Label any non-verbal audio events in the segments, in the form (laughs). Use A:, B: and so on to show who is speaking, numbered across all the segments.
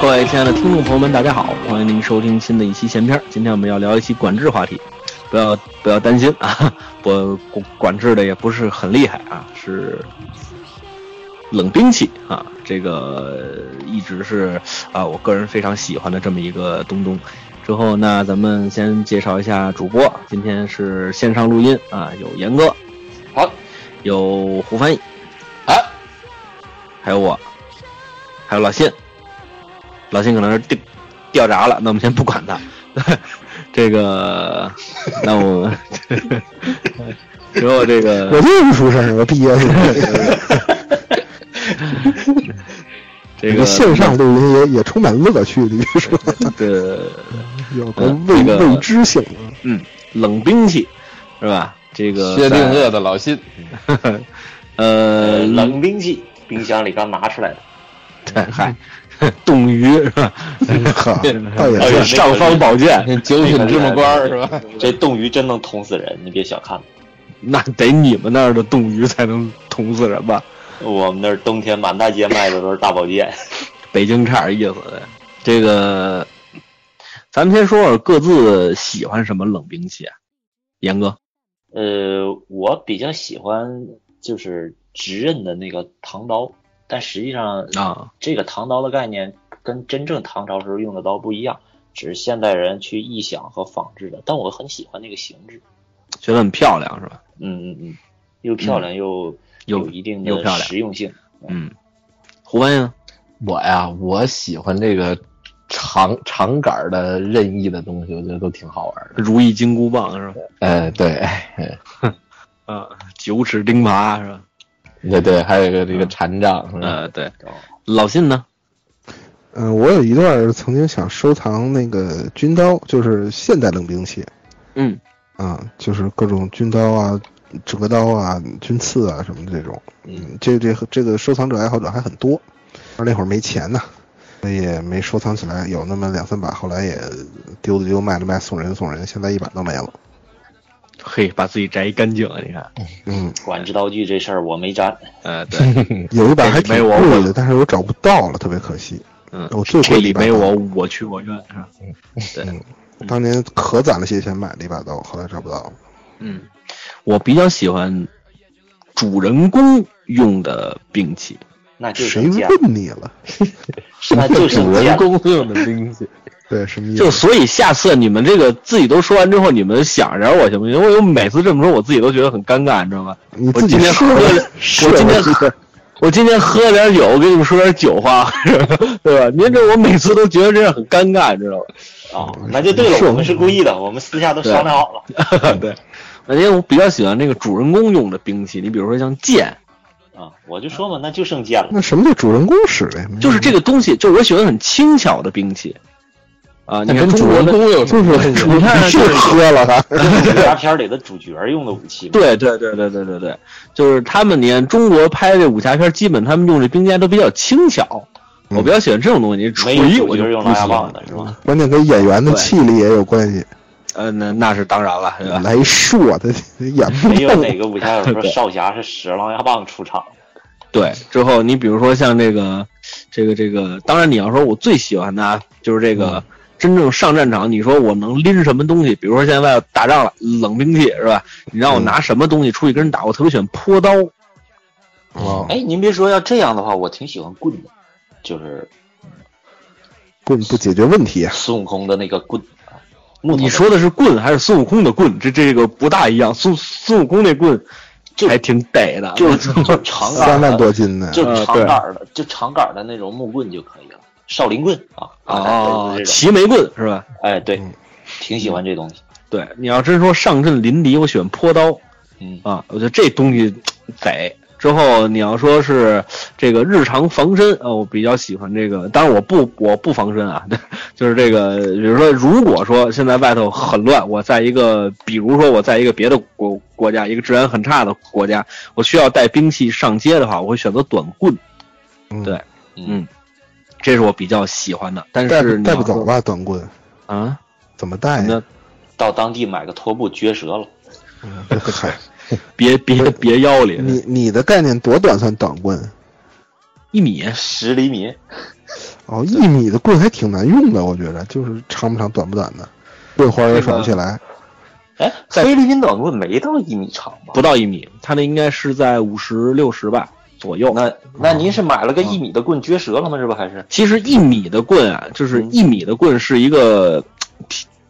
A: 各位亲爱的听众朋友们，大家好，欢迎您收听新的一期闲篇儿。今天我们要聊一期管制话题，不要不要担心啊，我管管制的也不是很厉害啊，是冷兵器啊，这个一直是啊我个人非常喜欢的这么一个东东。之后那咱们先介绍一下主播，今天是线上录音啊，有严哥，
B: 好，
A: 有胡翻译，
B: 啊，
A: 还有我，还有老信。老信可能是掉掉闸了，那我们先不管他。 (laughs) 这个，那我们 (laughs) 之后这个
C: (laughs) 我就是出生，我毕业是
A: 这
C: 个
A: 个
C: 线上录音也也充满乐趣，你别说，
A: 的
C: 有个未、
A: 这个
C: 未知性。
A: 嗯冷兵器是吧？这个
B: 薛定
A: 在
B: 谔的
A: (laughs)
B: 老信，
A: 呃
D: 呃，冷兵器，冰箱里刚拿出来的。
A: 对嗨，冻鱼是吧？
C: 哈， (laughs) 倒也
D: 哎
C: 是
D: 呀
A: (laughs) 尚方宝剑，
B: 九品芝麻官儿是吧？
D: 这冻鱼真能捅死人，你别小看。
A: 那得你们那儿的冻鱼才能捅死人吧？
D: 我们那儿冬天满大街卖的都是大保健，
A: 北京差点意思。这个，咱们先说说各自喜欢什么冷兵器啊？严哥，
D: 呃，我比较喜欢就是直刃的那个唐刀，但实际上
A: 啊，
D: 这个唐刀的概念跟真正唐朝时候用的刀不一样，只是现代人去臆想和仿制的。但我很喜欢那个形制，
A: 觉得很漂亮是吧？
D: 嗯嗯嗯，又漂亮又
A: 又
D: 有一定
A: 又
D: 的
A: 漂亮
D: 实用性。
A: 嗯，胡文呀，
B: 我呀，我喜欢这个长长杆儿的任意的东西，我觉得都挺好玩的。
A: 如意金箍棒是吧？
B: 哎，对，哎
A: 啊，九齿钉耙是吧？
B: 对对，还有一个这个禅杖，是吧
A: 呃，对，
D: 哦
A: 老信呢？
C: 嗯、我有一段曾经想收藏那个军刀，就是现代冷兵器
A: 嗯，
C: 啊，就是各种军刀啊、折刀啊、军刺啊什么这种。嗯，这这这个收藏者爱好者还很多，而那会儿没钱呐，所以也没收藏起来，有那么两三把，后来也丢了丢，卖了卖，送人送人，现在一把都没了。
A: 嘿，把自己摘一干净啊！你看，
C: 嗯，
D: 管制刀具这事儿我没沾，
A: 呃，对，
C: (laughs) 有一把还挺
A: 哎没我
C: 贵
A: 我
C: 的，但是我找不到了，特别可惜。
A: 嗯，
C: 我最
A: 这
C: 贵的嗯一
A: 里
C: 把刀
A: 没我，我去我愿是吧？对，
C: 当年可攒了些钱买了一把刀，后来找不到了。
A: 嗯，我比较喜欢主人公用的兵器，
D: 那就
C: 谁
D: 是剑，
C: 问
A: (laughs)
C: 你了？
D: 那就
B: (laughs) 主
D: 是
B: 人
D: 剑。
B: 公用的兵器。
C: (laughs) 对，什么
B: 嗯
C: 意
A: 就
C: 思？
A: 所以下次你们这个自己都说完之后，你们想着我行不行？因为我每次这么说，我自己都觉得很尴尬，你知道吗？
C: 你
A: 我
C: 自己
A: 今天
C: 说
A: 喝了， (laughs)
C: 是
A: 我今
C: 我
A: 天
C: 记
A: 喝，我今天喝了点酒，我跟你们说点酒话， (laughs) 对吧？您这我每次都觉得这样很尴尬，你知道吗？
D: 哦，那就对
C: 是
D: 了，我们是故意的，我们私下都商量好了。
B: (laughs)
A: 对，而且我比较喜欢那个主人公用的兵器，你比如说像剑，
D: 啊，我就说嘛，那就剩剑了。
C: 那什么叫主人公使的？
B: 嗯
C: 没
A: 就是这个东西，就是我喜欢很轻巧的兵器。啊，你
B: 那
A: 看
B: 跟
A: 中
B: 主
A: 国
B: 人
A: 的
B: 公有什
C: 就
B: 么
C: 是
B: 关系？
A: 你看
C: 是
A: 就是
C: 喝了哈。
D: 武侠片里的主角用的武器嘛，
A: 对对对对对对对，就是他们，你看中国拍这武侠片，基本他们用这兵器都比较轻巧。
C: 嗯
A: 我比较喜欢这种东西，
D: 没有
A: 锤
D: 主
A: 我就
D: 角用
A: 不
D: 狼
A: 喜
D: 牙
A: 欢
D: 棒的
A: (laughs)
D: 是吧？
C: 关键跟演员的
A: 对哎
C: 气力也有关系。
A: 呃，那那是当然了，对
D: 嗯
A: 吧？
C: 来一硕，他演不
D: 没有
C: 动。
D: 哪个武侠小说
A: 对
D: 少侠是使着狼牙棒出场。
A: 对，之后你比如说像这个，这个这个，当然你要说我最喜欢的啊，就是这个、
D: 嗯
A: 真正上战场，你说我能拎什么东西？比如说现在外头打仗了，冷兵器是吧？你让我
D: 嗯
A: 拿什么东西出去跟人打？我特别喜欢坡刀，
C: 哦，
D: 哎，您别说，要这样的话，我挺喜欢棍的，就是
C: 不不解决问题啊。
D: 孙悟空的那个棍。啊木头的
A: 你说的是棍还是孙悟空的棍？这这个不大一样，孙孙悟空那棍
D: 就
A: 还挺逮的，
D: 啊就是就是长杆
C: 三万
D: 儿的，
C: 多斤呢，
D: 就是
A: 呃对
D: 长杆儿的，就长杆儿的那种木棍就可以了，少林棍啊
A: 啊，
D: 类似这种
A: 齐眉棍是吧？
D: 哎，对
C: 嗯，
D: 挺喜欢这东西。
A: 对，你要真说上阵临敌，我喜欢坡刀
D: 嗯，
A: 啊，我觉得这东西贼。之后你要说是这个日常防身啊，我比较喜欢这个，当然我不我不防身啊， (laughs) 就是这个，比如说如果说现在外头很乱，我在一个比如说我在一个别的国国家，一个治安很差的国家，我需要带兵器上街的话，我会选择短棍，
C: 嗯
A: 对这是我比较喜欢的。但
C: 带
A: 是
C: 不
A: 你
C: 带不
A: 要说
C: 走吧？哎短棍
A: 啊？
C: 怎么带呀？
A: 那
D: 到当地买个拖布撅折了。
A: (laughs)
C: 嗨，
A: 别别别腰里，
C: 你你的概念多短算短棍？
A: 一米
D: 十厘米，
C: 哦，一米的棍还挺难用的，我觉着就是长不长、短不短的，棍花也耍不起来。
D: 哎，菲律宾短棍没到一米长吧？
A: 不到一米，他那应该是在五十六十吧左右。
D: 那那您是买了个一米的棍撅折了吗？这不还是？
A: 其实一米的棍
D: 嗯
A: 啊，就是一米的棍是一个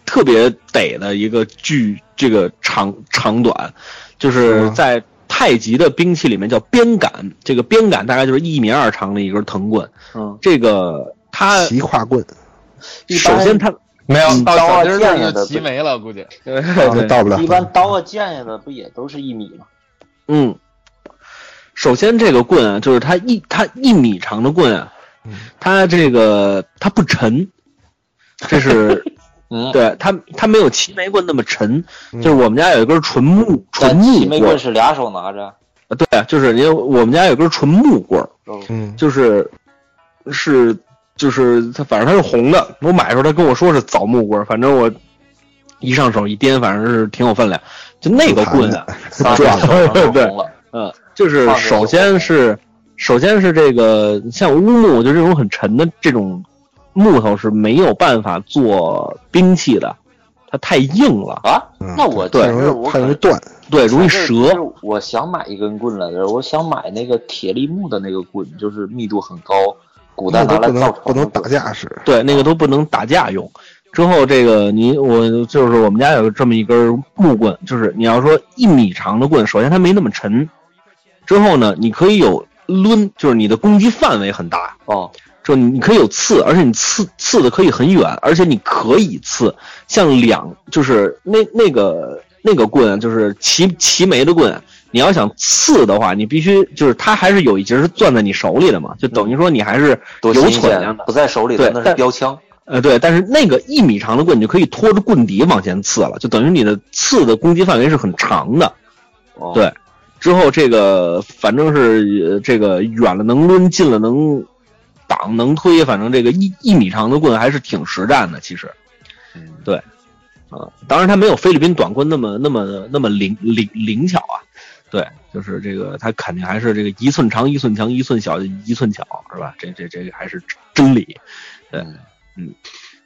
A: 特别得的一个距，这个长长短，就是
C: 吗
A: 在太极的兵器里面叫鞭杆，这个鞭杆大概就是一米二长的一根藤棍。
D: 嗯，
A: 这个它
C: 骑跨
D: (laughs)
C: 棍，
D: 一
A: 首
D: 般
A: 先它
B: 没有到
D: 刀
B: 小
D: 啊
B: 丁儿
D: 剑
B: 那
D: 呀
B: 就
D: 的
B: 齐
D: 不
B: 没了，估计。
A: 对
C: 到不了。
D: 一般刀啊剑呀的不也都是一米吗？
A: 嗯，首先这个棍啊，就是它一它一米长的棍啊，它这个它不沉，这是
D: 嗯，
A: 对它它没有齐眉棍那么沉，
C: 嗯
A: 就是我们家有一根纯木纯
D: 但
A: 木
D: 齐眉
A: 棍
D: 棍
A: 儿，
D: 是俩手拿着。
A: 对，就是因为我们家有根纯木棍儿，
D: 哦
C: 嗯，
A: 就是是就是它反正它是红的，我买的时候他跟我说是枣木棍儿，反正我一上手一掂，反正是挺有分量，就那个棍啊。 (laughs)
D: 仨手上都红了。
A: 嗯，就是
D: 放这
A: 首
D: 种
A: 先是，首先是这个像乌木，就这种很沉的这种木头是没有办法做兵器的，它太硬了，
D: 啊，
C: 嗯
D: 那我
C: 太
D: 这是
C: 容
D: 我
C: 易太容易
D: 可
C: 断。
A: 对，容易
D: 就
A: 折
D: 是。我想买一根棍来着，我想买那个铁栗木的那个棍，就是密度很高，古代
C: 那
D: 拿
C: 都
D: 来
C: 不
D: 造
C: 能
D: 船
C: 不能
D: 的
C: 打
D: 棍
C: 架使，
A: 对，那个都不能打架用。之后这个你我就是我们家有这么一根木棍，就是你要说一米长的棍，首先它没那么沉，之后呢，你可以有抡，就是你的攻击范围很大，
D: 哦，
A: 就你可以有刺，而且你刺刺的可以很远，而且你可以刺，像两就是那那个那个棍啊，就是齐齐眉的棍啊，你要想刺的话，你必须就是它还是有一节是攥在你手里的嘛，就等于说你还是
D: 多
A: 有
D: 新
A: 存量
D: 鲜
A: 的，。
D: 不在手里
A: 对
D: 的那是
A: 但
D: 标枪。
A: 呃，对，但是那个一米长的棍，你就可以拖着棍底往前刺了，就等于你的刺的攻击范围是很长的。
D: 哦
A: 对之后这个反正是呃这个远了能抡，近了能挡能推，反正这个一一米长的棍还是挺实战的。其实
D: 嗯
A: 啊、当然它没有菲律宾短棍那么那么那么灵灵灵巧啊。对，就是这个它肯定还是这个一寸长一寸强，一寸小一寸巧，是吧？这这这个还是真理。对
D: 嗯，
A: 嗯。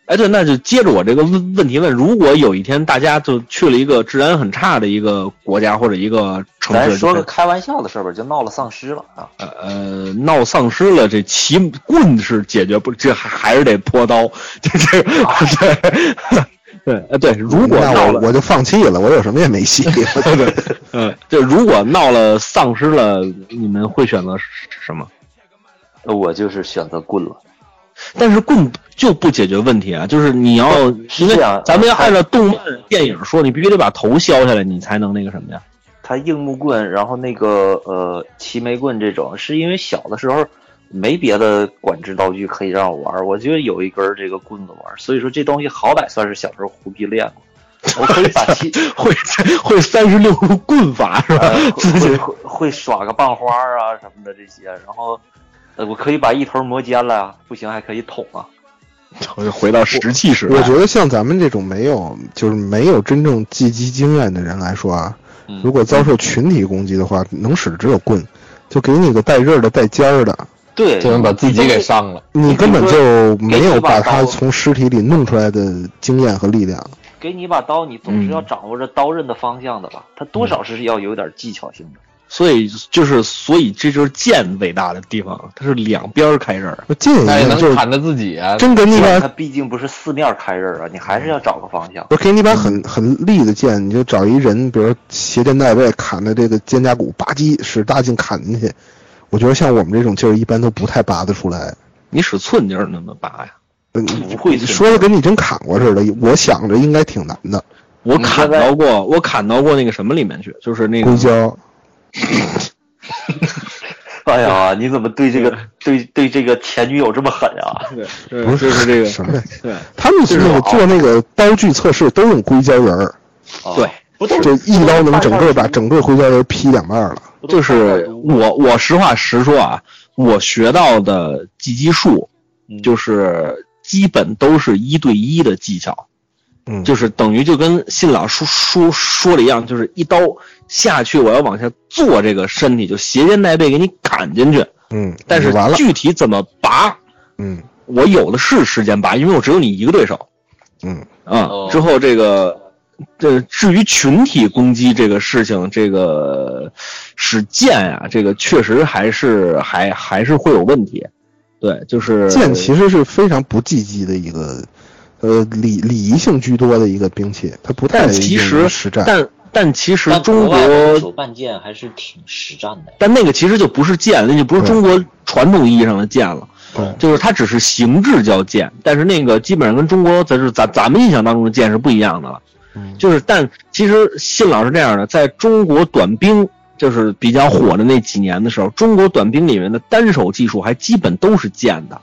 A: 哎，对，那就接着我这个问问题问：如果有一天大家就去了一个治安很差的一个国家或者一个城市，
D: 咱
A: 就
D: 说
A: 跟
D: 个开玩笑的事儿吧，就闹了丧尸了啊！
A: 呃，闹丧尸了，这骑棍是解决不，这还还是得泼刀，这这呃对对呃对，如果
C: 那
A: 闹
C: 我
A: 了，
C: 我就放弃了，我有什么也没
D: (laughs)
C: 戏。
A: 嗯，就如果闹了丧尸了，你们会选择什么？
D: 我就是选择棍了。
A: 但是棍就不解决问题啊，就是你要因
D: 是
A: 为
D: 这
C: 啊
D: 样
A: 咱们要按照动漫电影说，你必须得把头削下来，你才能那个什么呀？
D: 它硬木棍，然后那个呃齐眉棍这种，是因为小的时候没别的管制道具可以让我玩儿，我就有一根儿这个棍子玩儿，所以说这东西好歹算是小时候胡逼练过。我可以把
A: (laughs)
D: 齐
A: 会会三十六棍法是吧？
D: 呃
A: 自己
D: 会会会耍个棒花儿啊什么的这些，然后呃我可以把一头磨尖了啊，不行还可以捅啊。
A: 回到石器时代
C: 我，觉得像咱们这种没有就是没有真正技击经验的人来说啊，
D: 嗯
C: 如果遭受群体攻击的话，能使的只有棍，就给你个带刃儿的、带尖儿的，
D: 对
B: 就能把自己给伤了。
C: 你根本就没有把
D: 给你一把
C: 他
D: 刀
C: 从尸体里弄出来的经验和力量。
D: 给你一把刀，你总是要
A: 嗯
D: 掌握着刀刃的方向的吧？它多少是要有点技巧性的。
A: 所以就是，所以这就是剑伟大的地方，它是两边儿开刃儿。
C: 那近一
B: 那也
C: 下就
B: 能
C: 是
B: 砍着自己啊！
C: 真给你一
D: 剑它
C: 把，
D: 毕竟不是四面开刃啊，你还是要找个方向。
C: 我给你一把很很利的剑，你就找一人，比如斜肩带背砍的这个肩胛骨，吧唧使大劲砍进去。我觉得像我们这种劲儿，一般都不太拔得出来。
A: 你使寸劲儿能不能拔呀？
C: 嗯，
D: 不会寸劲儿
C: 说的跟你真砍过似的，我想着应该挺难的。
A: 我
D: 你
A: 砍
D: 现在
A: 到过，我砍到过那个什么里面去，就是那个
C: 硅胶，
D: 哎呀，你怎么对这个对对这个前女友这么狠啊？
A: 对，对就是这个，
C: 什么？
A: 对
C: 他们是那个做那个刀具测试都用硅胶人儿，
D: 啊
A: 对，，
D: 不都
C: 就是一刀能整个把整个硅胶人劈两半了。
D: 不都
A: 就是我我实话实说啊，我学到的技击术
D: 嗯
A: 就是基本都是一对一的技巧，
C: 嗯，
A: 就是等于就跟信老叔叔说的一样，就是一刀下去，我要往下坐这个身体，就斜肩带背给你砍进去，
C: 嗯，
A: 但是
C: 完了，
A: 具体怎么拔，
C: 嗯，
A: 我有的是时间拔，因为我只有你一个对手
C: 嗯，
A: 啊
E: 哦。
A: 之后这个，这至于群体攻击这个事情，这个使剑啊，这个确实还是还还是会有问题。对，就是
C: 剑其实是非常不积极的一个，呃，礼礼仪性居多的一个兵器，它不太
A: 但其
C: 用于
A: 实
C: 实战。
A: 但但其实
D: 但
A: 中
D: 国外的
A: 国
D: 手办剑还是挺实战的。
A: 但那个其实就不是剑，那就不是
C: 对
A: 中国传统意义上的剑了，
C: 对
A: 就是它只是形制叫剑，但是那个基本上跟中国咱是咱咱们印象当中的剑是不一样的了。
C: 嗯
A: 就是，但其实信老是这样的，在中国短兵就是比较火的那几年的时候，中国短兵里面的单手技术还基本都是剑的。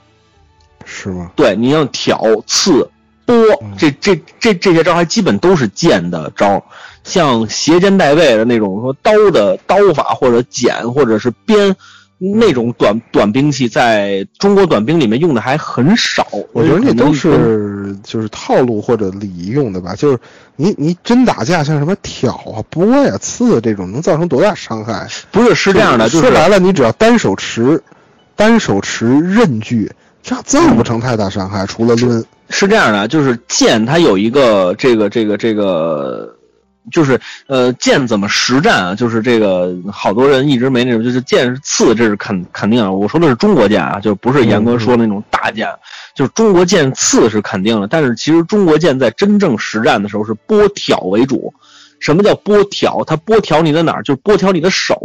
C: 是吗？
A: 对，你像挑、刺、拨
C: 嗯
A: 这这这这些招，还基本都是剑的招。像斜肩带背的那种，说刀的刀法或者剪或者是鞭，
C: 嗯
A: 那种短短兵器，在中国短兵里面用的还很少。
C: 我觉得那都
A: 可能
C: 是就是套路或者礼仪用的吧，就是你你真打架，像什么挑啊、拨呀、刺啊这种，能造成多大伤害？
A: 不是是这样的，就
C: 说
A: 是
C: 白了，你只要单手持，单手持刃具，这造不成太大伤害，除了抡。
A: 是这样的，就是剑它有一个这个这个这个，就是呃剑怎么实战啊？就是这个好多人一直没那种，就是剑是刺，这是肯肯定的。我说的是中国剑啊，就不是严哥说的那种大剑，就是中国剑刺是肯定的。但是其实中国剑在真正实战的时候是拨挑为主。什么叫拨挑？它拨挑你的哪儿？就是拨挑你的手，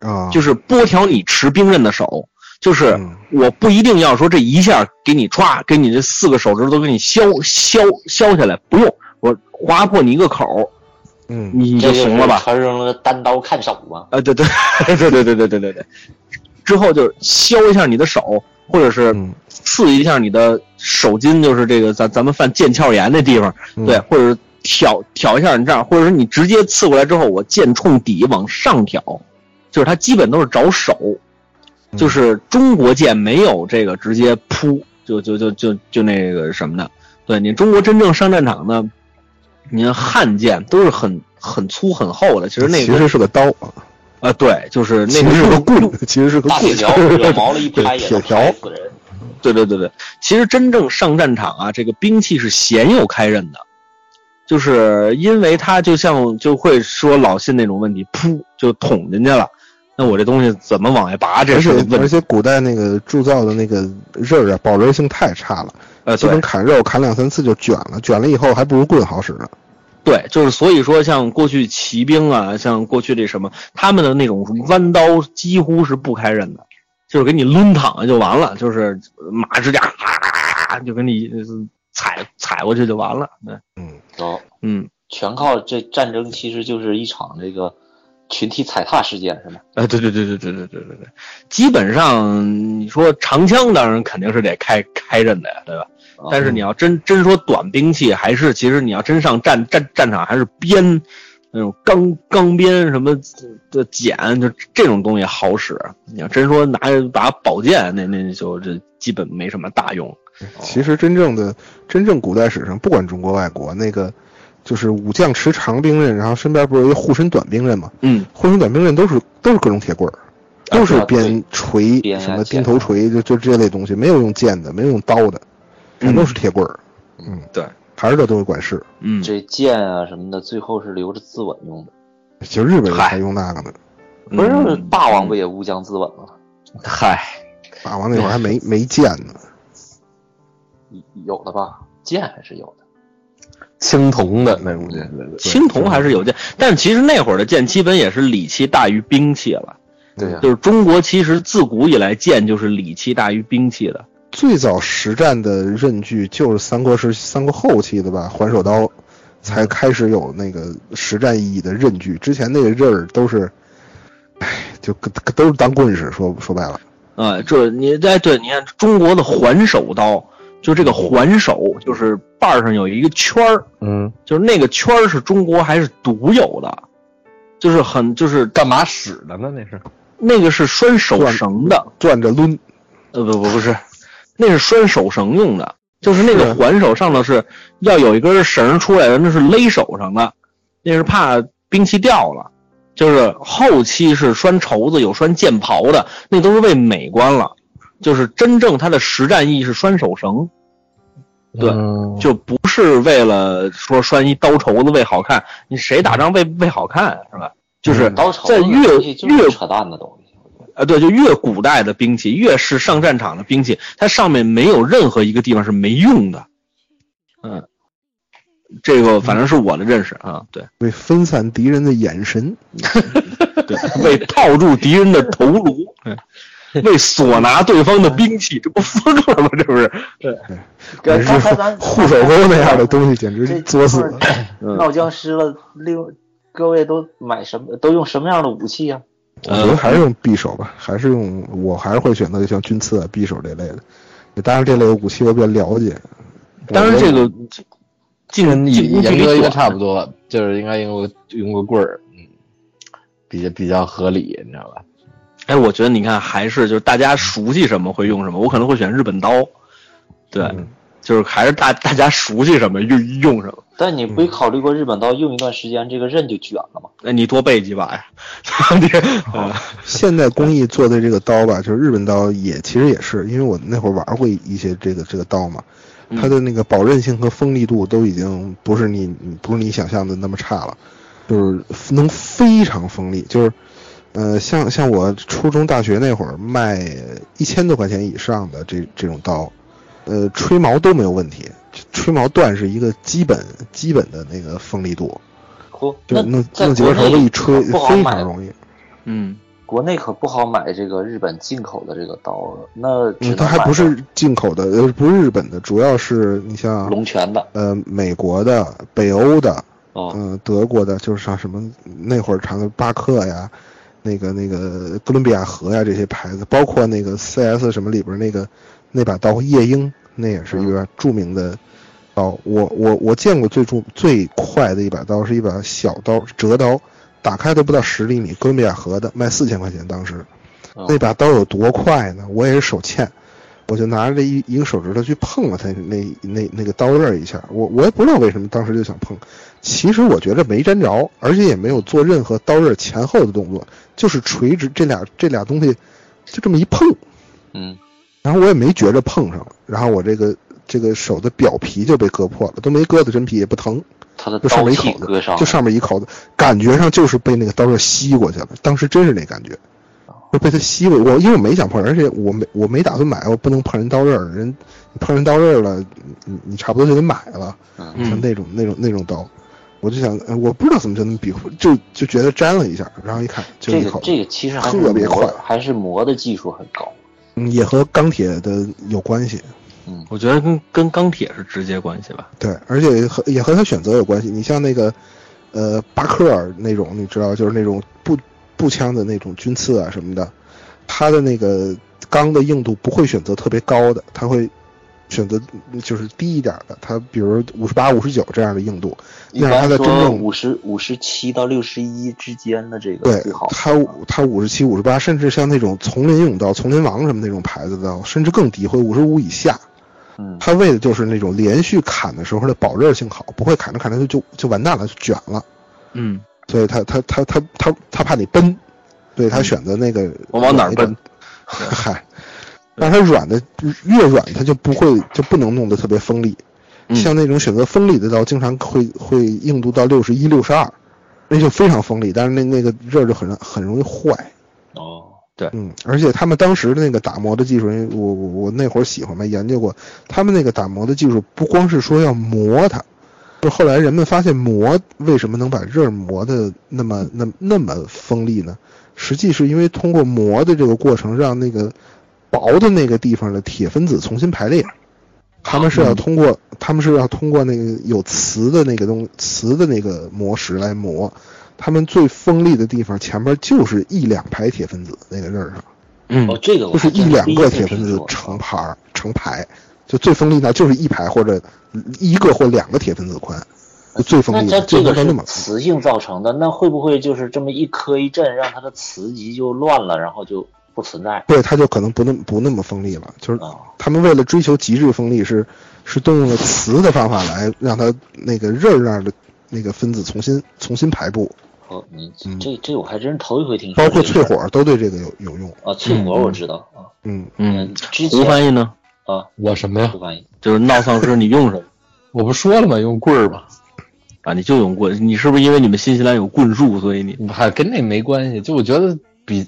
C: 啊，
A: 就是拨挑你持兵刃的手，就是。
C: 嗯
A: 我不一定要说这一下给你歘，给你这四个手指头都给你削削削下来，不用，我划破你一个口儿，
C: 嗯，
A: 你就行了吧？
D: 传说中的单刀看手嘛。
A: 啊，对对对 (laughs) 对对对对对对，之后就是削一下你的手，或者是
C: 嗯
A: 刺一下你的手筋，就是这个咱咱们犯腱鞘炎那地方，
C: 嗯
A: 对，啊或者是挑挑一下你这儿，或者是你直接刺过来之后，我剑冲底往上挑，就是它基本都是找手，
C: 嗯
A: 就是中国剑没有这个直接扑，就就就就就那个什么的。对你中国真正上战场呢，你看汉剑都是很很粗很厚的，其实那
C: 其
A: 个
C: 实是个刀，
A: 啊，对，就是那
C: 其
A: 个
C: 实是个
A: 用
C: 棍，其实是个
D: 大铁
C: 棍。
D: 条
C: (laughs)
D: 惹毛了
A: (laughs)
D: 一拍也能
C: 铁条
D: 拍死人。
A: 对对对对，其实真正上战场啊，这个兵器是鲜有开刃的，就是因为他就像就会说老信那种问题，噗就捅进去了，那我这东西怎么往外拔？这
C: 而
A: 是
C: 且
A: 个问
C: 而
A: 题。
C: 且，古代那个铸造的那个刃儿啊，保留性太差了，
D: 啊
A: 呃，
C: 基
A: 对
C: 本砍肉砍两三次就卷了，卷了以后还不如棍好使呢。
A: 对，就是所以说像过去骑兵啊，像过去这什么，他们的那种弯刀几乎是不开刃的，就是给你抡躺就完了，就是马指甲啊就给你呃踩踩过去就完了。对，
D: 走，
A: 嗯，
D: 哦全靠这战争，其实就是一场这个群体踩踏事件，是吗？
A: 啊，对对对对对对对对对，基本上你说长枪当然肯定是得开开刃的呀，对吧？
D: 啊
A: 但是你要真真说短兵器，还是其实你要真上战战战场，还是鞭那种钢钢鞭什么的剪，就这种东西好使。你要真说拿一把宝剑，那那就这基本没什么大用。
D: 哦
C: 其实真正的真正古代史上，不管中国外国，那个就是武将持长兵刃，然后身边不是有一护身短兵刃吗？
A: 嗯，
C: 护身短兵刃都是都是各种铁棍儿，
D: 啊
C: 都是
D: 对啊
C: 鞭锤
D: 鞭啊
C: 什么钉
D: 剑啊
C: 头锤，就就这类东西，没有用剑的，没有用刀的，全都是铁棍儿。嗯，
A: 对，
C: 还是这东西管事。
A: 嗯，
D: 这剑啊什么的，最后是留着自刎用的。
C: 就日本人
A: 嗨
C: 还用那个呢，
D: 不是
A: 嗯
D: 霸王不也乌江自刎吗？
A: 嗨，
C: 霸王那会儿还没没剑呢。
D: 有的吧？剑还是有的。
B: 青铜的那种剑，
A: 青铜还是有剑，但其实那会儿的剑基本也是礼器大于兵器了。
D: 对呀、
A: 就是中国其实自古以来剑就是礼器大于兵器的。
C: 最早实战的刃具就是三国时三国后期的吧，还手
D: 嗯
C: 刀才开始有那个实战意义的刃具，之前那个刃儿都是，唉，就跟跟都是当棍使，说说白了，
A: 啊，这你哎对，你看中国的环手刀，就这个环手，就是把儿上有一个圈儿，
B: 嗯，
A: 就是那个圈儿是中国还是独有的，就是很就是
B: 干嘛使的呢？那是
A: 那个是拴手
C: 转
A: 绳的，
C: 转着抡，
A: 呃不不不是，那是拴手绳用的，就是那
C: 是
A: 个环手上头是要有一根绳出来的，那是勒手上的，那是怕兵器掉了。就是后期是拴绸子，有拴箭袍的，那都是为美观了。就是真正它的实战意义是拴手绳，对
B: 嗯
A: 就不是为了说拴一刀绸子为好看，你谁打仗为为好看是吧？就是
D: 刀仇
A: 在
D: 这
A: 越
D: 东西就是
A: 越
D: 扯淡的东
C: (laughs)
D: 西，
A: 啊，对，就越古代的兵器，越是上战场的兵器，它上面没有任何一个地方是没用的。嗯，这个反正是我的认识啊，对
C: 为分散敌人的眼神，
A: 对， (laughs) 为套住敌人的头颅，嗯为所拿对方的兵器，这不疯了吗？这不是？
C: (laughs) 我
F: 刚
C: 是
F: 才咱
C: 护手钩那样的东西，简直
F: 这
C: 就作死了。
A: 嗯
F: 闹僵尸了，另各位都买什么？都用什么样的武器啊呀、
C: 我
A: 嗯
C: 觉得还是用匕首吧，还是用我还是会选择像军刺啊、匕首这类的。当然，这类武器我比较了解，
A: 当然，这个近
B: 你
A: 近距
B: 严
A: 离
B: 格
A: 啊
B: 应该
A: 短
B: 差不多，就是应该用个用个棍儿，嗯，比较比较合理，你知道吧？
A: 哎，我觉得你看，还是就是大家熟悉什么会用什么，我可能会选日本刀，对，
B: 嗯
A: 就是还是大大家熟悉什么用用什么。
D: 但你
C: 嗯
D: 没考虑过日本刀用一段时间，这个刃就卷了嘛？
A: 那你多备几把 (laughs) 呀？你呃
C: 现代工艺做的这个刀吧，就是日本刀也其实也是，因为我那会儿玩过一些这个这个刀嘛，
D: 嗯
C: 它的那个保韧性和锋利度都已经不是你你不是你想象的那么差了，就是能非常锋利，就是呃像像我初中大学那会儿卖一千多块钱以上的这这种刀，呃吹毛都没有问题，吹毛断是一个基本基本的那个锋利度，
D: 嚯，
C: 就
D: 那
C: 弄
D: 在
C: 弄几
D: 国
C: 根头发
D: 内
C: 一吹
D: 不好
C: 非
D: 买
C: 常容易。
A: 嗯，
D: 国内可不好买这个日本进口的这个刀，那只
C: 嗯，
D: 能
C: 它还
D: 买
C: 不是进口的，呃，不是日本的，主要是你像
D: 龙泉的
C: 呃美国的、北欧的，
D: 哦
C: 嗯、德国的，就是像什么那会儿常的巴克呀，那个那个哥伦比亚河呀这些牌子，包括那个 CS 什么里边那个那把刀夜鹰，那也是一个著名的刀。我我我见过最著最快的一把刀是一把小刀折刀，打开都不到十厘米，哥伦比亚河的，卖四千块钱当时。
D: 哦
C: 那把刀有多快呢？我也是手欠，我就拿着一一个手指头去碰了它那那那个刀刃儿一下，我我也不知道为什么当时就想碰。其实我觉着没沾着，而且也没有做任何刀刃前后的动作，就是垂直这俩这俩东西就这么一碰，
D: 嗯，
C: 然后我也没觉着碰上了，然后我这个这个手的表皮就被割破了，都没割的真皮也不疼，
D: 它的
C: 就上
D: 刀
C: 面一
D: 气
C: 口
D: 割
C: 子
D: 伤，
C: 就上面一口子，感觉上就是被那个刀刃吸过去了。当时真是那感觉，
D: 哦
C: 就被它吸过。我因为我没想碰，而且我没我没打算买，我不能碰人刀刃儿。人你碰人刀刃儿了，你你差不多就得买了。
D: 嗯，
C: 像
A: 嗯
C: 那种那种那种刀，我就想，呃我不知道怎么就能比划，就就觉得粘了一下，然后一看就
D: 这
C: 一
D: 个
C: 口子。
D: 这个其实还是
C: 特别
D: 磨
C: 快
D: 还是磨的技术很高。
C: 嗯，也和钢铁的有关系。
D: 嗯
A: 我觉得跟跟钢铁是直接关系吧。
C: 对，而且和也和他选择有关系。你像那个，呃，巴克尔那种，你知道，就是那种步步枪的那种军刺啊什么的，它的那个钢的硬度不会选择特别高的，它会选择就是低一点的，它比如五十八、五十九这样的硬度，
D: 一
C: 那样它
D: 般
C: 的真
D: 说
C: 正
D: 五十五十七到六十一之间的嗯这个
C: 对
D: 最好，
C: 它五它五十七、五十八，甚至像那种丛林勇刀、丛林王什么那种牌子的刀，甚至更低，会五十五以下。
D: 嗯
C: 它为的就是那种连续砍的时候的保热性好，不会砍着砍着就就就完蛋了，就卷了。
A: 嗯，
C: 所以他他他他他他怕你奔，所以他选择那个、
A: 嗯我往哪儿奔？
C: 嗨，但是它软的越软，它就不会就不能弄得特别锋利。
A: 嗯
C: 像那种选择锋利的刀，经常会会硬度到六十一、六十二，那就非常锋利，但是那那个刃儿就很很容易坏。
D: 哦，
C: 嗯，而且他们当时的那个打磨的技术，因为我我我那会儿喜欢嘛，研究过，他们那个打磨的技术不光是说要磨它，就后来人们发现磨为什么能把刃儿磨的那么那那么锋利呢？实际是因为通过磨的这个过程，让那个薄的那个地方的铁分子重新排列。他们是要通过，他们是要通过那个有磁的那个东磁的那个磨石来磨，他们最锋利的地方前面就是一两排铁分子那个刃儿上，
A: 嗯
D: 哦，这个我
C: 就是
D: 还
C: 一
D: 真
C: 两
D: 第
C: 个
D: 次
C: 铁分
D: 听
C: 子
D: 说
C: 成排儿成排，就最锋利那就是一排或者一个或两个铁分子宽，就最锋
D: 那
C: 利
D: 它
C: 的
D: 这
C: 就
D: 个
C: 能到那
D: 是
C: 么宽。
D: 磁性造成的，那会不会就是这么一磕一震，让它的磁极就乱了，然后就不存在
C: 对，它就可能不那么不那么锋利了。就是
D: 啊？
C: 他们为了追求极致锋利是，是动用了磁的方法来让它那个刃儿那儿的那个分子重新重新排布，
D: 哦，你
C: 嗯
D: 这这我还真是头一回听说
C: 包
D: 这
C: 括
D: 个事
C: 淬
D: 儿。
C: 火都对这个有有用。
D: 啊，淬火我知道啊，
C: 嗯，
A: 嗯，
D: 之
A: 胡
D: 前
A: 翻译呢？
D: 啊，
B: 我什么呀
D: 不？翻译，
A: 就是闹丧尸，你用什么
B: 我不说了吗？用棍儿吧，
A: 啊？你就用棍，你是不是因为你们新西兰有棍术，所以你
B: 还跟那没关系。就我觉得比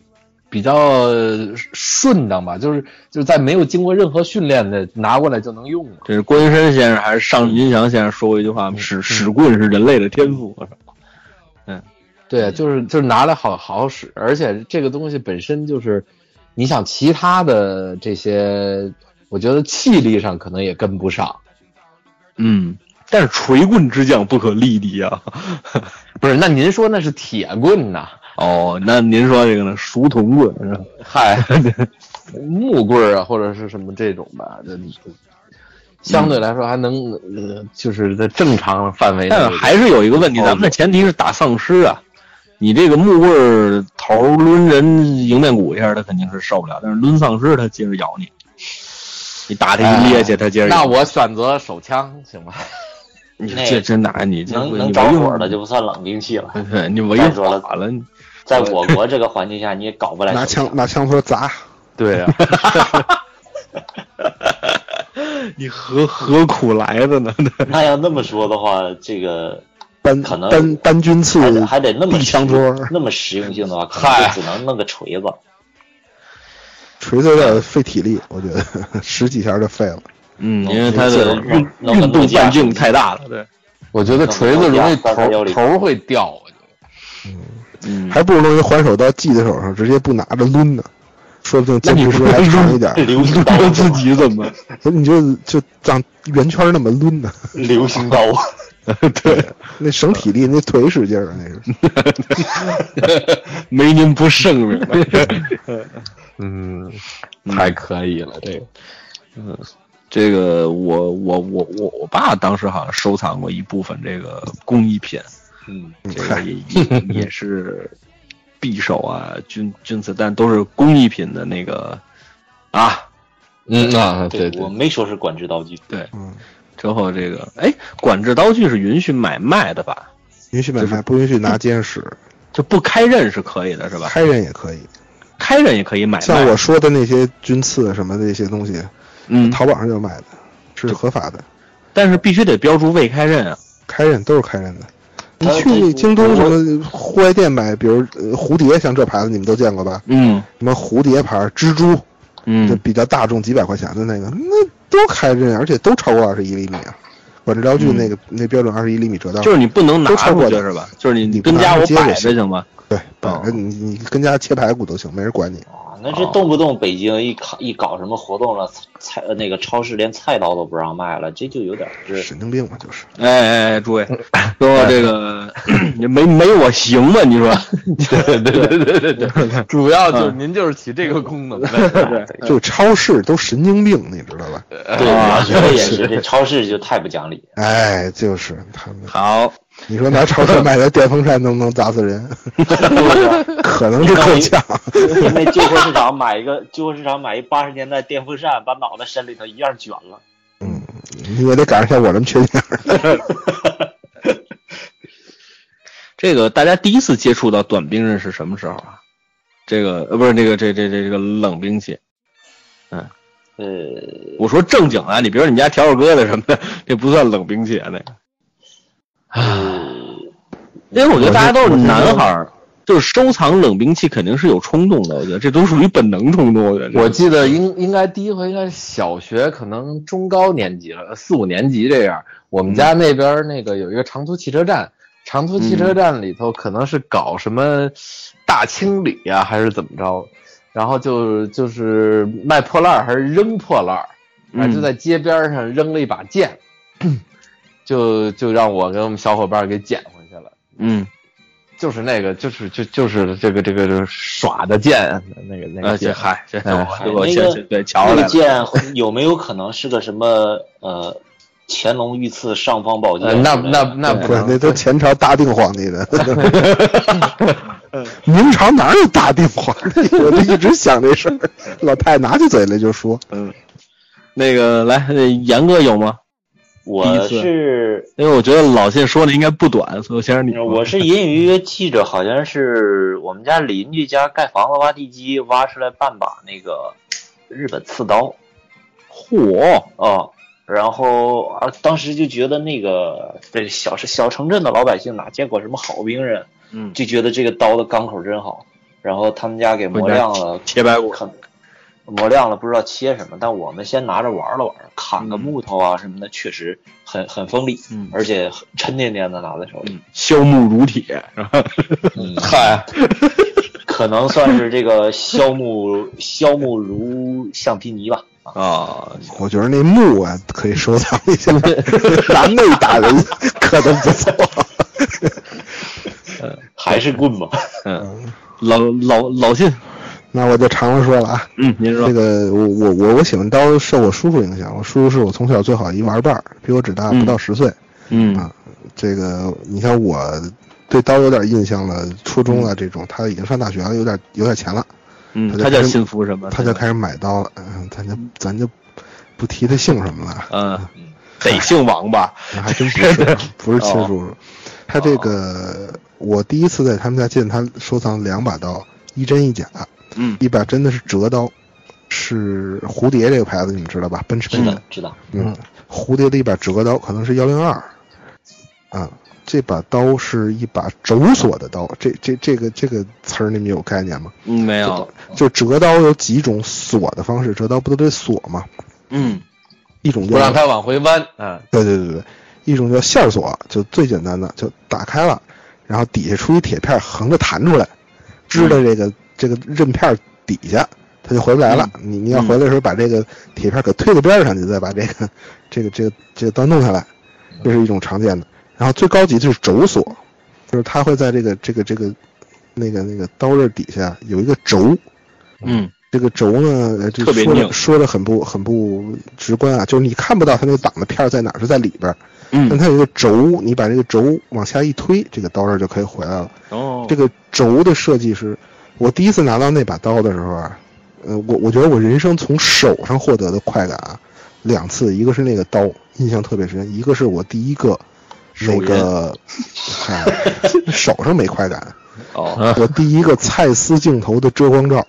B: 比较呃顺当吧，就是就是在没有经过任何训练的拿过来就能用嘛。
A: 这是关云山先生还是上云祥先生说过一句话吗？使使棍是人类的天赋。我操
B: 对，
A: 嗯
B: 就是就是拿来好好好使，而且这个东西本身就是，你想其他的这些，我觉得气力上可能也跟不上。
A: 嗯，但是锤棍之将不可力敌啊。
B: 不是，那您说那是铁棍呐？
A: 哦，那您说这个 (laughs) 呢？熟铜棍是吧？ (laughs)
B: 嗨，木棍儿啊，或者是什么这种吧，这相对来说还能，呃就是在正常范围内。
A: 但是还是有一个问题，
B: 哦
A: 咱们的前提是打丧尸啊。你这个木棍儿头儿抡人迎面骨一下，他肯定是受不了，但是抡丧尸他接着咬你，你打
B: 哎
A: 他一
D: 哎
A: 趔趄，他接着咬。
B: 那我选择手枪行吗？
A: 你
D: 那
A: 这真打你这
D: 能
A: 你
D: 能着火的就不算冷兵器了。
A: 对你违
D: 再说了
A: 法了，你
D: 在我国这个环境下，你也搞不
C: (laughs)
D: 来
C: 拿
D: 手
C: 枪拿枪托砸，
B: 对啊呀、
A: 你何何苦来的呢？
D: 那要那么说的话，这个
C: 单
D: 可能
C: 单单军刺
D: 还得还得那么
C: 地
D: 实
C: 枪托
D: 那么实用性的话，可能就只能弄个锤子。
C: 锤子有点费体力，我觉得 (laughs) 十几下就废了。
A: 嗯，因为他
D: 这
A: 的
D: 种
A: 运
D: 弄个
A: 运动
D: 诺基亚
A: 半径
D: 手机
A: 太大了，对，
B: (laughs) 我觉得锤子容易头
D: 那我
B: 头儿会掉，我觉得
A: 嗯，
C: 还不如弄一环手刀系在手上，直接不拿着抡呢，说不定坚持时间还长一点儿。
D: 流星刀
A: 刀自己怎
C: (laughs)
A: 么？
C: 不是你就就让圆圈那么抡呢，
D: 流星刀，
A: 对，
C: 那省体力，那腿使劲儿啊，那是。
A: 没您不圣明白。
B: 嗯，还可以了，这个
A: 这个我我我我我爸当时好像收藏过一部分这个工艺品，
D: 嗯，
A: 这个也也也是匕首啊、军军子弹都是工艺品的那个啊。
B: 嗯啊，对
D: 我
B: 对，
D: 没说是管制刀具，
A: 对，
C: 嗯，
A: 之后这个哎，管制刀具是允许买卖的吧？
C: 允许买卖，不允许拿街上使，
A: 就不开刃是可以的，是吧？
C: 开刃也可以。
A: 开刃也可以买卖。
C: 像我说的那些军刺啊什么的那些东西，
A: 嗯，
C: 淘宝上就卖的，是合法的。
A: 但是必须得标注未开刃啊。
C: 开刃都是开刃的。你
D: 还有这
C: 去京东什么户外店买，比如呃蝴蝶，像这牌子你们都见过吧？
A: 嗯
C: 什么蝴蝶牌、蜘蛛，就
A: 嗯，
C: 比较大众，几百块钱的那个，那都开刃，而且都超过二十一厘米啊。管制刀具那个、那标准二十一厘米折
A: 嗯
C: 道，
A: 就是你不能拿
C: 嗯都穿
A: 出
C: 过
A: 去
C: 的
A: 是吧？就是你
C: 你不
A: 跟
C: 拿
A: 家
C: 出
A: 我
C: 街
A: 摆
C: 就
A: 着
C: 行
A: 行吗？
C: 对，
A: 哦
C: 摆着你你跟家切排骨都行，没人管你。
D: 啊，那这动不动北京一搞一搞什么活动了，菜呃那个超市连菜刀都不让卖了，这就有点儿是
C: 神经病嘛，就是
A: 哎哎哎，诸
B: (laughs)
A: 位，说这个你没没我行吗？你说
B: 对对对对对对，主要就是您就是起这个功能的，
C: 就超市都神经病，你知道吧？
D: 对，我觉得也是，这超市就太不讲理。
C: 哎，就是他们，
A: 好，
C: 你说拿
A: (laughs)
C: 超市买的电风扇能不能砸死人？可能是够呛。
D: 因为旧货市场买一个旧货市场买一八十年代电风扇，把脑袋伸里头一样卷了。
C: 嗯，你也得赶上像我这么缺心眼儿。
A: (laughs) 这个大家第一次接触到短兵刃是什么时候啊？这个呃不是这个这这这这个冷兵器，
D: 呃，
A: 我说正经啊，你比如说你们家笤帚疙瘩什么的， (laughs) 这不算冷兵器啊，那个。因为我觉得大家都是男孩儿，就是收藏冷兵器肯定是有冲动的，我觉得这都属于本能冲动。我觉得，
B: 我记得应应该第一回应该是小学，可能中高年级了，四五年级这样。我们家那边儿那个有一个长途汽车站，长途汽车站里头可能是搞什么大清理呀、还是怎么着，然后就就是卖破烂儿还是扔破烂儿，反正就在街边儿上扔了一把剑， (clears throat) 就就让我跟我们小伙伴儿给捡回去了。
A: 嗯，
B: 就是那个，就是就就是这个这个这个耍的剑，那个那
A: 啊，这
B: 个剑，
A: 嗨，这
B: 哎
A: 我我
D: 那
A: 先
D: 个
A: 先对瞧
D: 那
A: 着
D: 个
A: 来了，
D: 剑有没有可能是个什么呃乾隆御赐上方宝剑
B: 呃，
D: 之类
B: 那
D: 的？
B: 那那不
C: 啊不是，
B: 能
C: 那都前朝大定皇帝的，明朝哪有大定皇帝？ (laughs) 我就一直想这事儿，老太太拿起嘴来就说
A: 那个来，那严哥有吗？第一
D: 我
A: 次
D: 是
A: 因为我觉得老信说的应该不短，所以我先让你说。
D: 我是隐隐约约记着，好像是我们家邻居家盖房子挖地基，挖出来半把那个日本刺刀
A: 嚯，
D: 哦。然后啊，当时就觉得那个这小小城镇的老百姓哪见过什么好兵刃，
A: 嗯，
D: 就觉得这个刀的钢口真好。然后他们家给磨
A: 回家
D: 亮了，
A: 切白骨，
D: 看磨亮了，不知道切什么。但我们先拿着玩了玩，砍个木头啊什么的，确实很很锋利，
A: 嗯
D: 而且很沉甸甸的拿在手里。
A: 削木如铁， (laughs) 是吧？
D: 嗯， (laughs) 嗨，可能算是这个削木削木如橡皮泥吧。啊，
A: 啊，
C: 我觉得那木啊可以收藏一下， (laughs) 拿那打人可都不错。
D: 还是棍吧。
A: 嗯，老老老信，
C: 那我就长了说了啊，
A: 嗯，您说
C: 这，个我我我我喜欢刀受我叔叔影响，我叔叔是我从小最好一玩伴儿，比我只大不到十岁。
A: 嗯
C: 啊这个你像我对刀有点印象了，初中了这种，他已经上大学了，有点有点钱了，
A: 嗯，他
C: 他就
A: 叫
C: 开始
A: 信服什么？
C: 他就开始买刀了。嗯，咱就咱就不提他姓什么了，
A: 嗯，得姓王吧？
C: 还真不是哦不是亲叔叔。他这个我第一次在他们家见他收藏两把刀，一真一假，
A: 嗯
C: 一把真的是折刀，是蝴蝶这个牌子你们知道吧？奔驰
D: 知
C: 牌
D: 道
C: 子，
D: 知道，
C: 嗯，蝴蝶的一把折刀可能是幺零二，啊，这把刀是一把轴锁的刀，这这这个这个词儿你们有概念吗？
A: 嗯，没有，
C: 就折刀有几种锁的方式，折刀不都得锁吗？
A: 嗯
C: 一种
B: 不
C: 叫
B: 让它往回弯啊。
C: 对对对对，一种叫线索，就最简单的，就打开了，然后底下出一铁片横着弹出来，支到这个、这个刃片底下，它就回不来了。
B: 嗯
C: 你你要回来的时候，把这个铁片给推到边儿上，你再把这个 (laughs) 这个这个这个刀弄下来，这是一种常见的。然后最高级的是轴锁，就是它会在这个这个这个那个那个刀刃底下有一个轴，
A: 嗯
C: 这个轴呢，呃这
A: 特别
C: 说
A: 拧
C: 的说的很不很不直观啊，就是你看不到它那个挡的片儿在哪儿，是在里边儿，但
A: 嗯，
C: 它有一个轴，你把这个轴往下一推，这个刀刃就可以回来了。
A: 哦
C: 这个轴的设计是，我第一次拿到那把刀的时候啊，呃，我我觉得我人生从手上获得的快感啊，两次，一个是那个刀印象特别深，一个是我第一个那个， (laughs) 嗨，手上没快感，
A: 哦，
C: 我第一个蔡司镜头的遮光罩。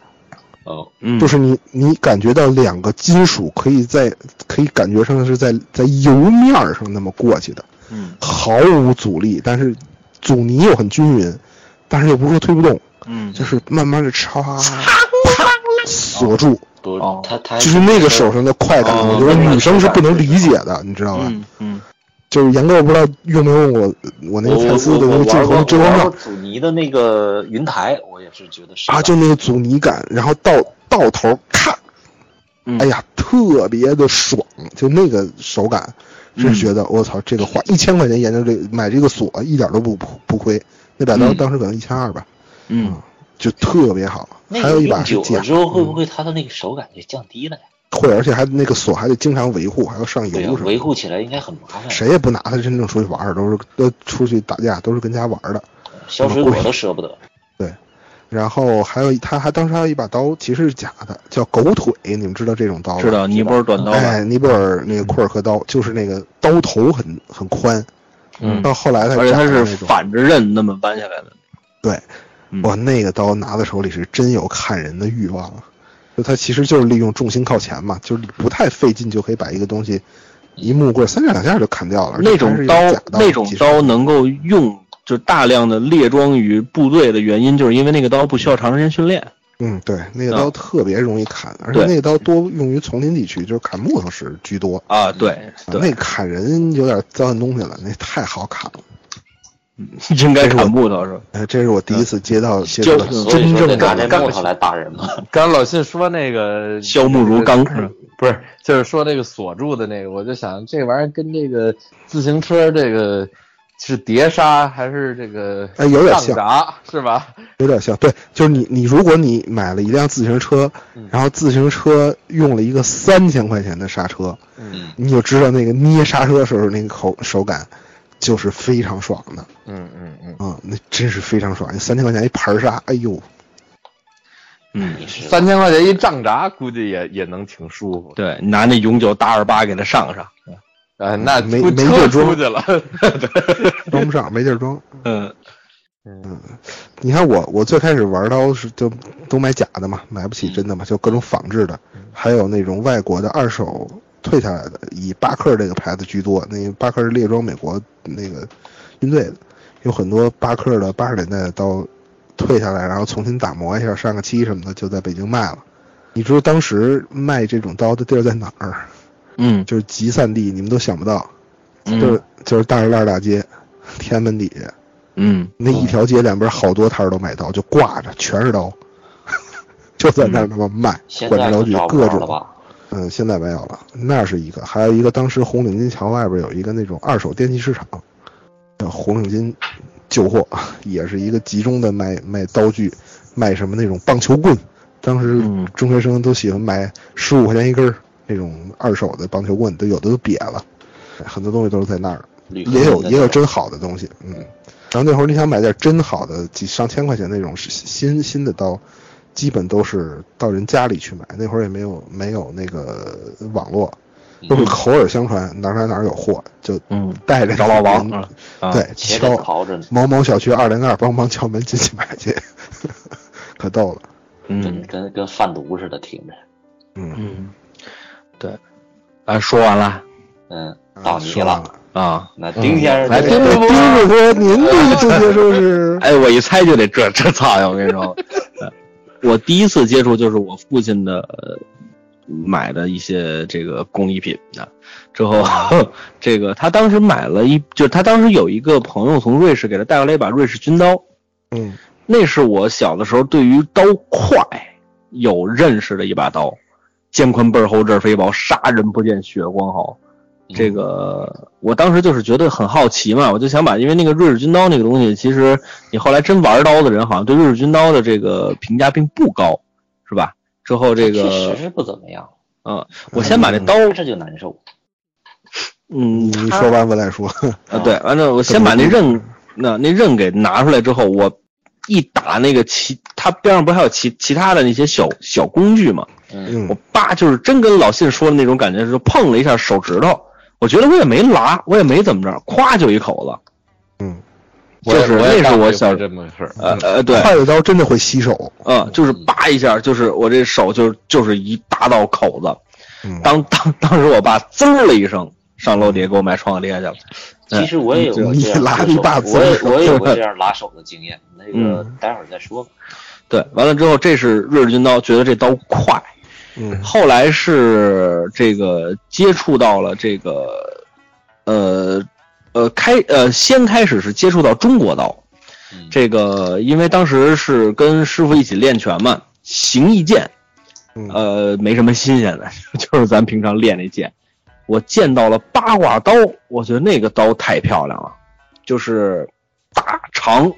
D: 哦，
A: 嗯，
C: 就是你你感觉到两个金属可以在可以感觉上是在在油面儿上那么过去的，
A: 嗯
C: 毫无阻力，但是阻尼又很均匀，但是又不是说推不动，
A: 嗯，
C: 就是慢慢的插，啪锁住，
D: 不
F: 哦，
D: 他他
C: 就是那个手上的快感，
A: 哦
C: 我觉得女生是不能理解
D: 明
C: 的，你知道吧？
A: 嗯嗯，
C: 就是严哥，我不知道用没用我我那
D: 我
C: 个蔡司的那个
D: 我我
C: 镜头
D: 玩过
C: 的遮光
D: 我玩
C: 罩
D: 过，阻尼的那个云台，我也是觉得是
C: 啊，就那个阻尼感，然后到到头咔，
A: 嗯
C: 哎呀，特别的爽，就那个手感，是觉得我操，这个花一千块钱研究这买这个锁，一点都不不不亏。那把刀
A: 嗯
C: 当时可能一千二吧，
A: 嗯
C: 就特别好。
D: 那
C: 还
D: 个啊
C: 有一
D: 用
C: 把是
D: 久
C: 假
D: 了之后，会不会它的那个手感就降低了呀？
C: 会，而且还那个锁还得经常维护，还要上
D: 对呀啊
C: 油，什么
D: 维
C: 的。
D: 护起来应该很麻烦。
C: 谁也不拿它真正出去玩儿，都是都出去打架，都是跟家玩儿的。
D: 削水果都舍不得。
C: 然后还有一，他还当时还有一把刀，其实是假的，叫狗腿，你们知道这种刀吗？
A: 知道尼泊尔短刀吧？嗯
C: 哎，尼泊尔那个库尔克刀，就是那个刀头很很宽，
B: 嗯
C: 到后来才
A: 而且
C: 长
A: 它
C: 的
A: 是
C: 那种。
A: 反着刃那么弯下来的，
C: 对，
A: 嗯
C: 哇，那个刀拿在手里是真有看人的欲望啊！就它其实就是利用重心靠前嘛，就是不太费劲就可以把一个东西一木棍三下两下就砍掉了。
A: 那种刀
C: 而且它是一个假
A: 那种
C: 其实
A: 刀能够用。就大量的列装于部队的原因，就是因为那个刀不需要长时间训练。
C: 嗯，对，那个刀
A: 啊
C: 特别容易砍，而且
A: 对
C: 那个刀多用于丛林地区，就是砍木头时居多。
A: 啊，对
C: 嗯那
A: 对，
C: 砍人有点糟践东西了，那太好砍了。
A: (laughs) 应该砍木头是吧？
C: 哎，这是我第一次接到接
A: 就
C: 到
A: 是
D: 所以
C: 真
D: 说得
C: 正
D: 拿
C: 的
D: 这木头来打人嘛。
B: 刚刚老信说那个
A: 削木如钢是吧
B: 不是，就是说那个锁住的那个，我就想这玩意儿跟这个自行车这个是碟刹还是这个
C: 哎有点
B: 杠
C: 像
B: 闸是吧？
C: 有点像，对，就是你你如果你买了一辆自行车，然后自行车用了一个三千块钱的刹车，
B: 嗯
C: 你就知道那个捏刹车的时候那个口手感就是非常爽的
B: 嗯嗯嗯，
C: 啊、那真是非常爽，三千块钱一盘刹，哎呦，
D: 你是
B: 三千块钱一杖闸，估计也也能挺舒服的。
A: 对，拿那永久打二八给它上上。
B: 啊，那
C: 没
B: 估
C: 没地
B: 车
C: 儿
B: 出
C: 装
B: 去了。 (laughs)
C: 装不上，没地儿装。
A: 嗯
C: 你看我，我最开始玩刀是就都买假的嘛，买不起真的嘛，就各种仿制的。还有那种外国的二手退下来的，以巴克这个牌子居多。那巴克是列装美国那个军队的，有很多巴克的八十年代的刀退下来，然后重新打磨一下，上个漆什么的，就在北京卖了。你知道当时卖这种刀的地儿在哪儿？
A: 嗯
C: 就是集散地，你们都想不到，就
A: 嗯
C: 是就是大栅栏大街、天安门底下
A: 嗯，
C: 那一条街两边好多摊儿都卖刀，就挂着全是刀， (laughs) 就在那儿那么卖，
E: 嗯现在
C: 管制
E: 可
C: 刀具
E: 找不
C: 各
E: 着了
C: 种。
E: 吧？
C: 嗯，现在没有了，那是一个，还有一个当时红领巾桥外边有一个那种二手电器市场，叫红领巾旧货，也是一个集中的卖卖刀具，卖什么那种棒球棍，当时
A: 嗯
C: 中学生都喜欢买十五块钱一根儿那种二手的棒球棍，都有的都瘪了，很多东西都是在那儿。
D: 旅客
C: 也有
D: 们在
C: 也有
D: 那
C: 真好的东西，嗯。然后那会儿你想买点真好的，几上千块钱那种是新新的刀，基本都是到人家里去买。那会儿也没有没有那个网络，都是口耳相传，哪儿哪儿哪儿有货，就
A: 嗯
C: 带着
A: 找老王
C: 人
A: 啊啊
C: 对，
E: 且得
C: 敲
E: 淘着呢，
C: 某某小区二零二，帮忙敲门进去买去，可逗了。
A: 嗯
E: 真。跟跟贩毒似的，听着。
C: 嗯，
A: 嗯，对，啊，说完了
E: 嗯，到你
C: 说完
E: 了。
C: 了。
A: 啊，
E: 那丁先
A: 来
E: 生，
A: 丁
E: 这
A: 主
C: 哎，丁
A: 播，
C: 主播，您对这些说
A: (laughs)
C: 是
A: 哎，我一猜就得这这操呀！我跟你说， (laughs) 呃我第一次接触就是我父亲的呃买的一些这个工艺品啊。之
C: (laughs)
A: 后，这个他当时买了一，就是他当时有一个朋友从瑞士给他带回来一把瑞士军刀，
C: 嗯
A: 那是我小的时候对于刀快有认识的一把刀，肩宽背儿厚，刃儿飞薄，杀人不见血光毫。
E: 嗯
A: 这个我当时就是觉得很好奇嘛，我就想把，因为那个瑞士军刀那个东西，其实你后来真玩刀的人，好像对瑞士军刀的这个评价并不高，是吧？之后这
E: 确实
A: 个，
E: 是不怎么样，
A: 我先把这刀，
E: 刀着就难受。
A: 嗯，
C: 你说完我再说。 (laughs)
A: 啊，对，完了我先把那刃，那那刃给拿出来之后，我一打那个其它边上不还有其其他的那些小小工具嘛？
C: 嗯
A: 我，叭就是真跟老信说的那种感觉，是碰了一下手指头，我觉得我也没拉，我也没怎么着，咵就一口子。
C: 嗯，
A: 就
B: 也
A: 是
B: 我也
A: 那是
B: 干
A: 我
B: 过
A: 小
B: 这嗯么个事儿，
A: 呃呃，对，
C: 快的刀真的会吸手。
A: 嗯，就是叭一下，就是我这手就就是一大道口子。
C: 嗯，
A: 当当当时我爸滋儿了一声上楼底下给我买创可贴去了。哎
E: 其实我也有过
C: 你
E: 这样
C: 拉
E: 拉
C: 你
E: 手
C: 爸
E: 我也
C: 自
E: 我也有过这样拉手的经验。那个
A: 嗯
E: 待会儿再说吧。
A: 对，完了之后，这是瑞士军刀，觉得这刀快，
C: 嗯
A: 后来是这个接触到了这个，呃，呃开呃先开始是接触到中国刀，
E: 嗯
A: 这个因为当时是跟师傅一起练拳嘛，形意剑，
C: 嗯
A: 呃没什么新鲜的， (laughs) 就是咱平常练那剑。我见到了八卦刀，我觉得那个刀太漂亮了，就是大长，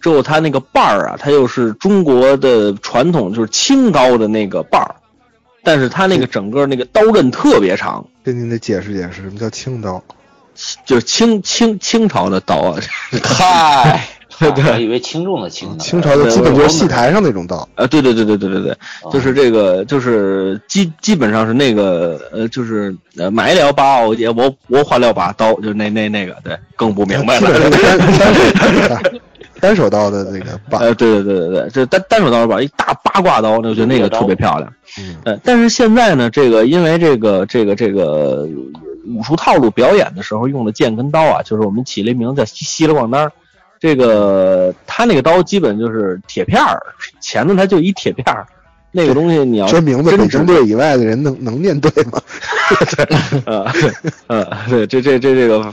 A: 之后它那个把儿啊，它又是中国的传统，就是青刀的那个把儿，但是它那个整个那个刀刃特别长，
C: 这您得解释解释，什么叫青刀？
A: 就是清清清朝的刀啊， (laughs)
D: 嗨，
E: 我以为轻重的轻呢，
A: 嗯
C: 清朝的基本就是戏台上那种刀，
A: 啊，对对对对对对对，
E: 啊
D: 啊
A: 就是这个，就是基基本上是那个，呃，就是呃，买了把我也我我换了把刀，就是那那那个，对，更不明白
C: 基本上
A: 了。
C: 单单手刀的单手刀的那个把。
A: 呃，对对对对对，这单单手刀吧，一大八卦刀，我觉得那个特别漂亮。
C: 嗯
A: 呃，但是现在呢，这个因为这个这个这个武术套路表演的时候用的剑跟刀啊，就是我们起了一名叫稀稀里咣当儿。这个他那个刀基本就是铁片儿，钳子它就一铁片儿，那个东西你要
C: 这名字
A: 呃真
C: 北
A: 正
C: 京队以外的人能能念对吗？
A: 呃，呃，对，这这这这个，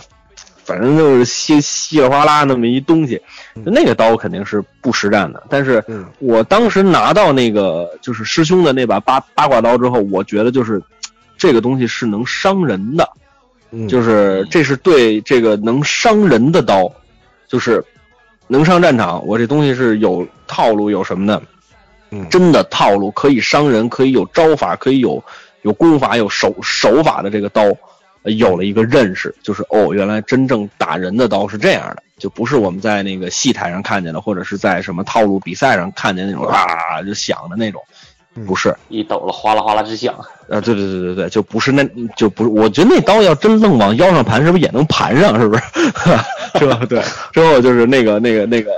A: 反正就是稀稀里哗啦那么一东西，就那个刀肯定是不实战的。但是
C: 嗯
A: 我当时拿到那个就是师兄的那把八八卦刀之后，我觉得就是这个东西是能伤人的，(laughs)
C: 嗯
A: 就是这是对这个能伤人的刀，就是能上战场。我这东西是有套路有什么的，
C: 嗯
A: 真的套路可以伤人，可以有招法，可以有有功法，有手手法的这个刀，呃有了一个认识，就是哦，原来真正打人的刀是这样的，就不是我们在那个戏台上看见的，或者是在什么套路比赛上看见那种啊就响的那种，不是。
E: 一抖了哗啦哗啦直响。
A: 啊，对对对对对，就不是那，就不是。我觉得那刀要真愣往腰上盘，是不是也能盘上？是不是？ (laughs) 之后对，之后就是那个那个那个，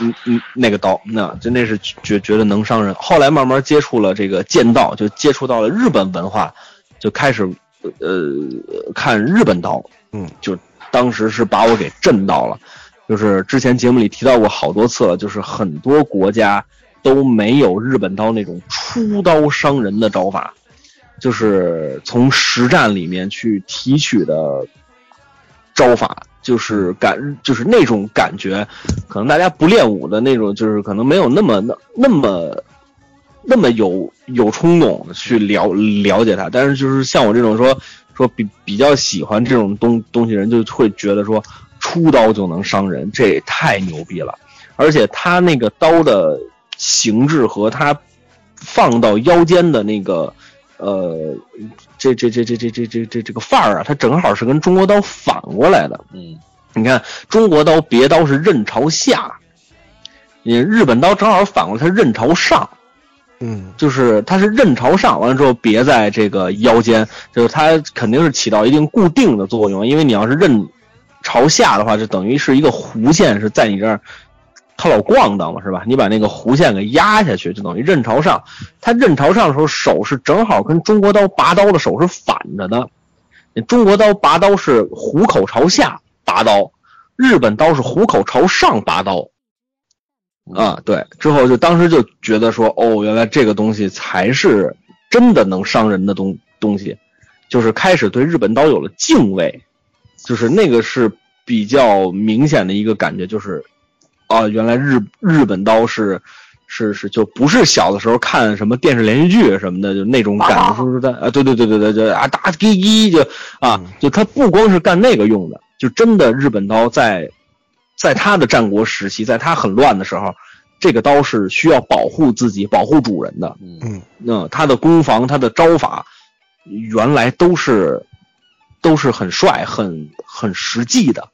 A: 嗯嗯，那个刀，那真的是觉觉得能伤人。后来慢慢接触了这个剑道，就接触到了日本文化，就开始呃看日本刀，
C: 嗯，
A: 就当时是把我给震到了。就是之前节目里提到过好多次了，就是很多国家都没有日本刀那种出刀伤人的刀法，就是从实战里面去提取的招法，就是感就是那种感觉，可能大家不练武的那种，就是可能没有那么那那么那么有有冲动去了了解它，但是就是像我这种说说比比较喜欢这种东东西人，就会觉得说出刀就能伤人，这也太牛逼了！而且他那个刀的形制和他放到腰间的那个呃，这这这这这这这这这个范儿啊，它正好是跟中国刀反过来的。
G: 嗯，
A: 你看中国刀别刀是刃朝下，你日本刀正好反过来，它刃朝上。
C: 嗯
A: 就是它是刃朝上，完了之后别在这个腰间，就是它肯定是起到一定固定的作用，因为你要是刃朝下的话，就等于是一个弧线是在你这儿，它老咣当嘛，是吧？你把那个弧线给压下去，就等于刃朝上。它刃朝上的时候，手是正好跟中国刀拔刀的手是反着的，中国刀拔刀是虎口朝下拔刀，日本刀是虎口朝上拔刀。
B: 嗯
A: 啊，对，之后就当时就觉得说，哦，原来这个东西才是真的能伤人的东东西，就是开始对日本刀有了敬畏，就是那个是比较明显的一个感觉，就是啊，原来日日本刀是是是就不是小的时候看什么电视连续剧什么的，就那种感觉，说是在啊，对对对对对对啊，打滴滴就啊，就它不光是干那个用的，就真的日本刀在在他的战国时期，在他很乱的时候，这个刀是需要保护自己、保护主人的。
C: 嗯，
A: 那他的攻防、他的招法，原来都是都是很帅、很很实际的。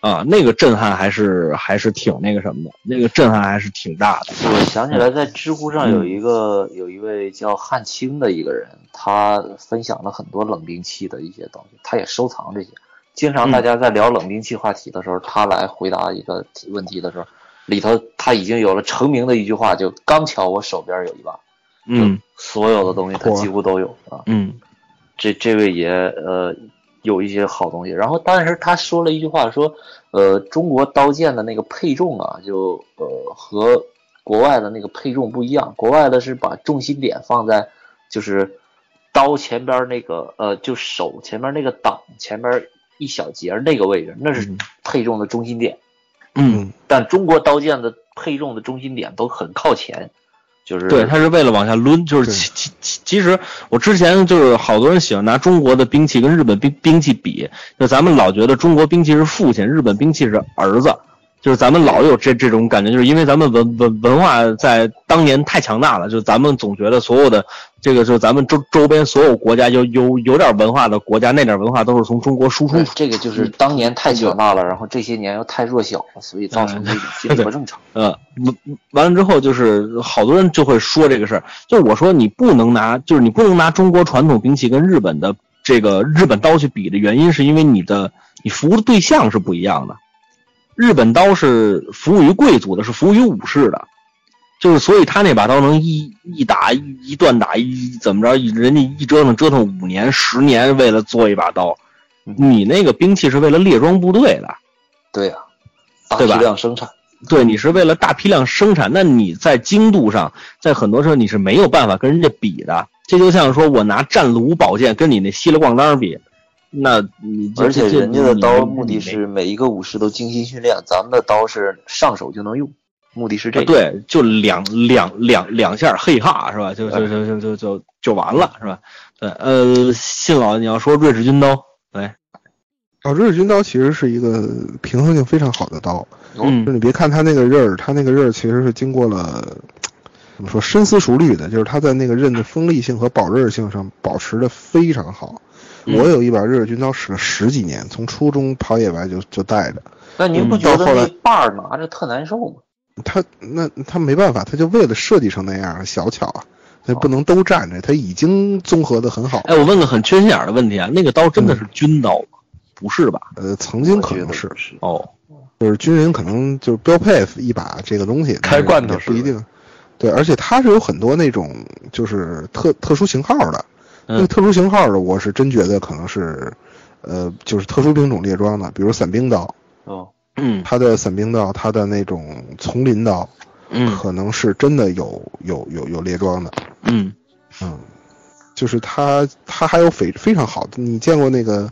A: 啊，那个震撼还是还是挺那个什么的，那个震撼还是挺大的。
D: 我想起来，在知乎上有一个、有一位叫汉卿的一个人，他分享了很多冷兵器的一些东西，他也收藏这些。经常大家在聊冷兵器话题的时候，他来回答一个问题的时候，里头他已经有了成名的一句话，就刚巧我手边有一把，
A: 嗯
D: 所有的东西他几乎都有啊。
A: 嗯
D: 这这位爷呃有一些好东西。然后当时他说了一句话，说呃中国刀剑的那个配重啊，就呃和国外的那个配重不一样，国外的是把重心点放在就是刀前边那个呃就手前面那个挡前边一小节那个位置，那是配重的中心点。
A: 嗯，
D: 但中国刀剑的配重的中心点都很靠前，就是
A: 对，他是为了往下抡，就是
C: 对
A: 其其其其实我之前就是好多人喜欢拿中国的兵器跟日本兵兵器比，就咱们老觉得中国兵器是父亲，日本兵器是儿子，就是咱们老有这这种感觉，就是因为咱们文文文化在当年太强大了，就是咱们总觉得所有的这个就是咱们周周边所有国家有有有点文化的国家，那点文化都是从中国输出
D: 对，这个
C: 嗯
D: 就是当年太强大了，然后这些年又太弱小了，所以造成这
C: 嗯
D: 种
C: (laughs)
D: 心理不正常。
A: 呃，完完了之后，就是好多人就会说这个事儿。就我说你不能拿，就是你不能拿中国传统兵器跟日本的这个日本刀去比的原因，是因为你的你服务的对象是不一样的。日本刀是服务于贵族的，是服务于武士的，就是所以他那把刀能一一打一一段打一怎么着，人家一折腾折腾五年十年，为了做一把刀。你那个兵器是为了列装部队的，
D: 对呀、大
A: 对
D: 批
A: 吧
D: 量生产，
A: 对，你是为了大批量生产，那你在精度上，在很多时候你是没有办法跟人家比的。这就像说我拿战卢宝剑跟你那稀里咣当比，那你这
D: 而且
A: 这
D: 人家的
A: 你
D: 刀
A: 没
D: 目的是每一个武士都精心训练，咱们的刀是上手就能用，目的是这
A: 啊
D: 个。，
A: 对，就两两两两下，嘿哈，是吧？就就就就就就就完了，是吧？对，呃，信老你要说瑞士军刀，对，
C: 啊，日军刀其实是一个平衡性非常好的刀，就是
A: 嗯
C: 你别看它那个刃儿，它那个刃儿其实是经过了怎么说深思熟虑的，就是它在那个刃的锋利性和保刃性上保持的非常好。
D: 嗯
C: 我有一把日式军刀使了十几年，从初中跑野外就就带着。
D: 那您不觉
C: 嗯到
D: 得
C: 后
D: 那
C: 来
D: 把儿拿着特难受吗？
C: 它那它没办法，它就为了设计成那样小巧啊，它
D: 哦
C: 不能都站着，它已经综合的很好。
A: 哎，我问个很缺心眼儿的问题啊，那个刀真的是军刀吗？不是吧？
C: 呃，曾经
D: 我
C: 嗯可
D: 觉
C: 能
D: 得
C: 是
D: 是
A: 哦，
C: 就是军人可能就是标配一把这个东西，
B: 开罐头
C: 也不一定。对，而且它是有很多那种就是特特殊型号的，
B: 嗯
C: 那个特殊型号的，我是真觉得可能是，呃，就是特殊兵种列装的，比如伞兵刀，
D: 哦，
A: 嗯
C: 它的伞兵刀，它的那种丛林刀，
A: 嗯
C: 可能是真的有有有有列装的，
A: 嗯
C: 嗯，就是它它还有非非常好的，你见过那个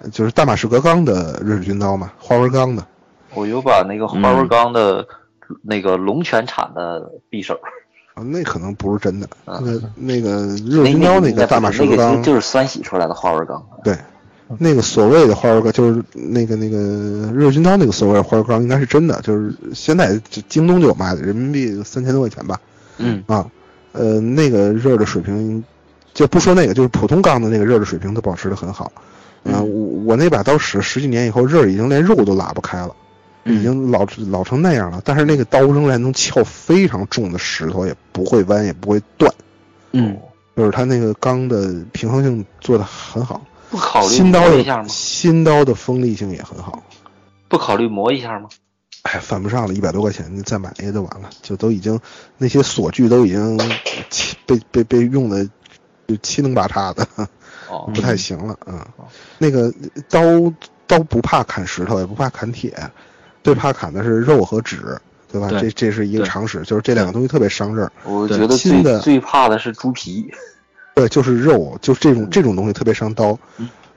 C: 呃就是大马士革钢的日式军刀吗？花纹钢的，
D: 我有把那个花
C: 嗯
D: 纹钢的、那个龙泉产的匕首，
C: 啊，那可能不是真的，
D: 啊
C: 那个那个日式军
D: 那
C: 刀
D: 那
C: 个大马士革
D: 那个
C: 钢
D: 就就是酸洗出来的花纹钢，
C: 对，那个所谓的花纹钢，就是那个那个日军刀那个所谓的花纹钢，应该是真的，就是现在就京东就有卖的，人民币三千多块钱吧。
A: 嗯
C: 啊，呃，那个热的水平，就不说那个，就是普通钢的那个热的水平，它保持的很好。啊，
A: 嗯
C: 我我那把刀使十几年以后，热已经连肉都拉不开了，
A: 嗯
C: 已经老老成那样了。但是那个刀仍然能撬非常重的石头，也不会弯，也不会断，
A: 嗯，
C: 就是它那个钢的平衡性做的很好。
D: 不考虑
C: 新刀
D: 磨一下
C: 的
D: 吗？
C: 新刀的锋利性也很好，
D: 不考虑磨一下吗？
C: 哎，犯不上了，一百多块钱，你再买一个就完了，就都已经那些锁具都已经七被被被用的就七零八叉的，(laughs)
D: 哦，
C: 不太行了啊、嗯那个刀刀不怕砍石头，也不怕砍铁，最怕砍的是肉和纸，对吧？
A: 对
C: 这这是一个
A: 对
C: 常识，就是这两个东西特别伤刃儿。
D: 我
A: 对
D: 觉得
C: 新
D: 最
C: 的
D: 最怕的是猪皮，
C: 对，呃就是肉，就是这
A: 嗯
C: 种这种东西特别伤刀。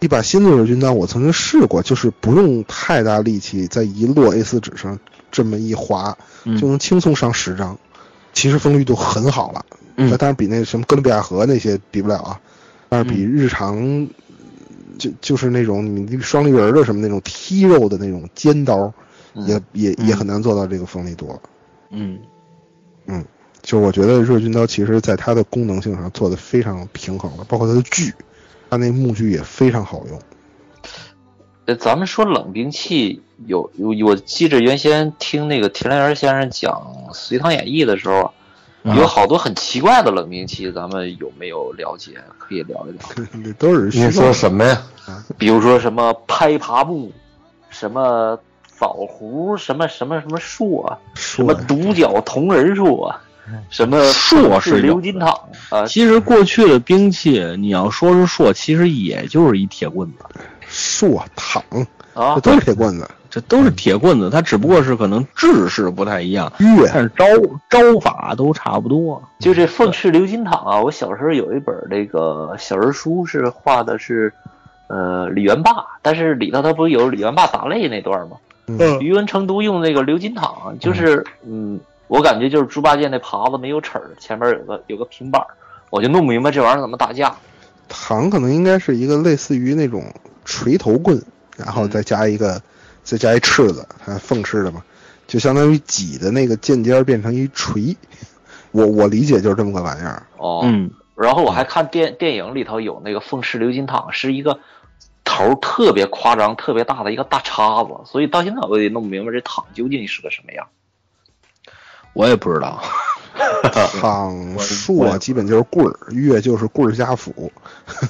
C: 一把新的日军刀，我曾经试过，就是不用太大力气，在一摞 A4 纸上这么一划，
A: 嗯
C: 就能轻松上十张。其实锋利度很好了，
A: 嗯
C: 那当然比那什么哥伦比亚河那些比不了啊，但是比
A: 嗯
C: 日常、就就是那种你双立人的什么那种剔肉的那种尖刀，也也也很难做到这个锋利度了。
A: 嗯
C: 就我觉得热军刀其实在它的功能性上做的非常平衡了，包括它的锯，它那木锯也非常好用。 (laughs)
D: 呃，咱们说冷兵器有有，我记着原先听那个田连元先生讲《隋唐演义》的时候啊，
A: 嗯
D: 有好多很奇怪的冷兵器，咱们有没有了解？可以聊一聊，
C: 这都是虚
B: 你
C: 构
B: 说
C: 的，
B: 什么呀？
D: 比如说什么拍爬木，什么枣核，什么什么什么树啊，什
C: 说
D: 么
C: 呀
D: 独角铜人树啊，什么
A: 硕嗯是有的
D: 鎏金镗啊，
A: 其实过去的兵器，你要说是槊，其实也就是一铁棍子，
C: 槊躺，
D: 啊
C: 这都是铁棍子。
A: 这都是铁棍子，它只不过是可能制式不太一样，
C: 钺
A: 但是招招法都差不多。
D: 就这凤翅鎏金镗啊，我小时候有一本那个小人书，是画的是，呃，李元霸，但是里头他不是有李元霸打擂那段吗？
C: 嗯
D: 余文成都用那个鎏金镗，就是嗯，我感觉就是猪八戒那耙子没有齿儿，前面有个有个平板儿，我就弄不明白这玩意儿怎么打架。
C: 躺可能应该是一个类似于那种锤头棍，然后再加一个，再加一翅子，它缝翅的嘛，就相当于挤的那个剑尖儿变成一锤。我我理解就是这么个玩意儿。
D: 哦，
A: 嗯
D: 然后我还看电电影里头有那个凤翅鎏金镗，是一个头儿特别夸张、特别大的一个大叉子，所以到现在我也弄不明白这镗究竟是个什么样。
A: 我也不知道。
C: 躺槊基本就是棍儿，钺就是棍儿加斧，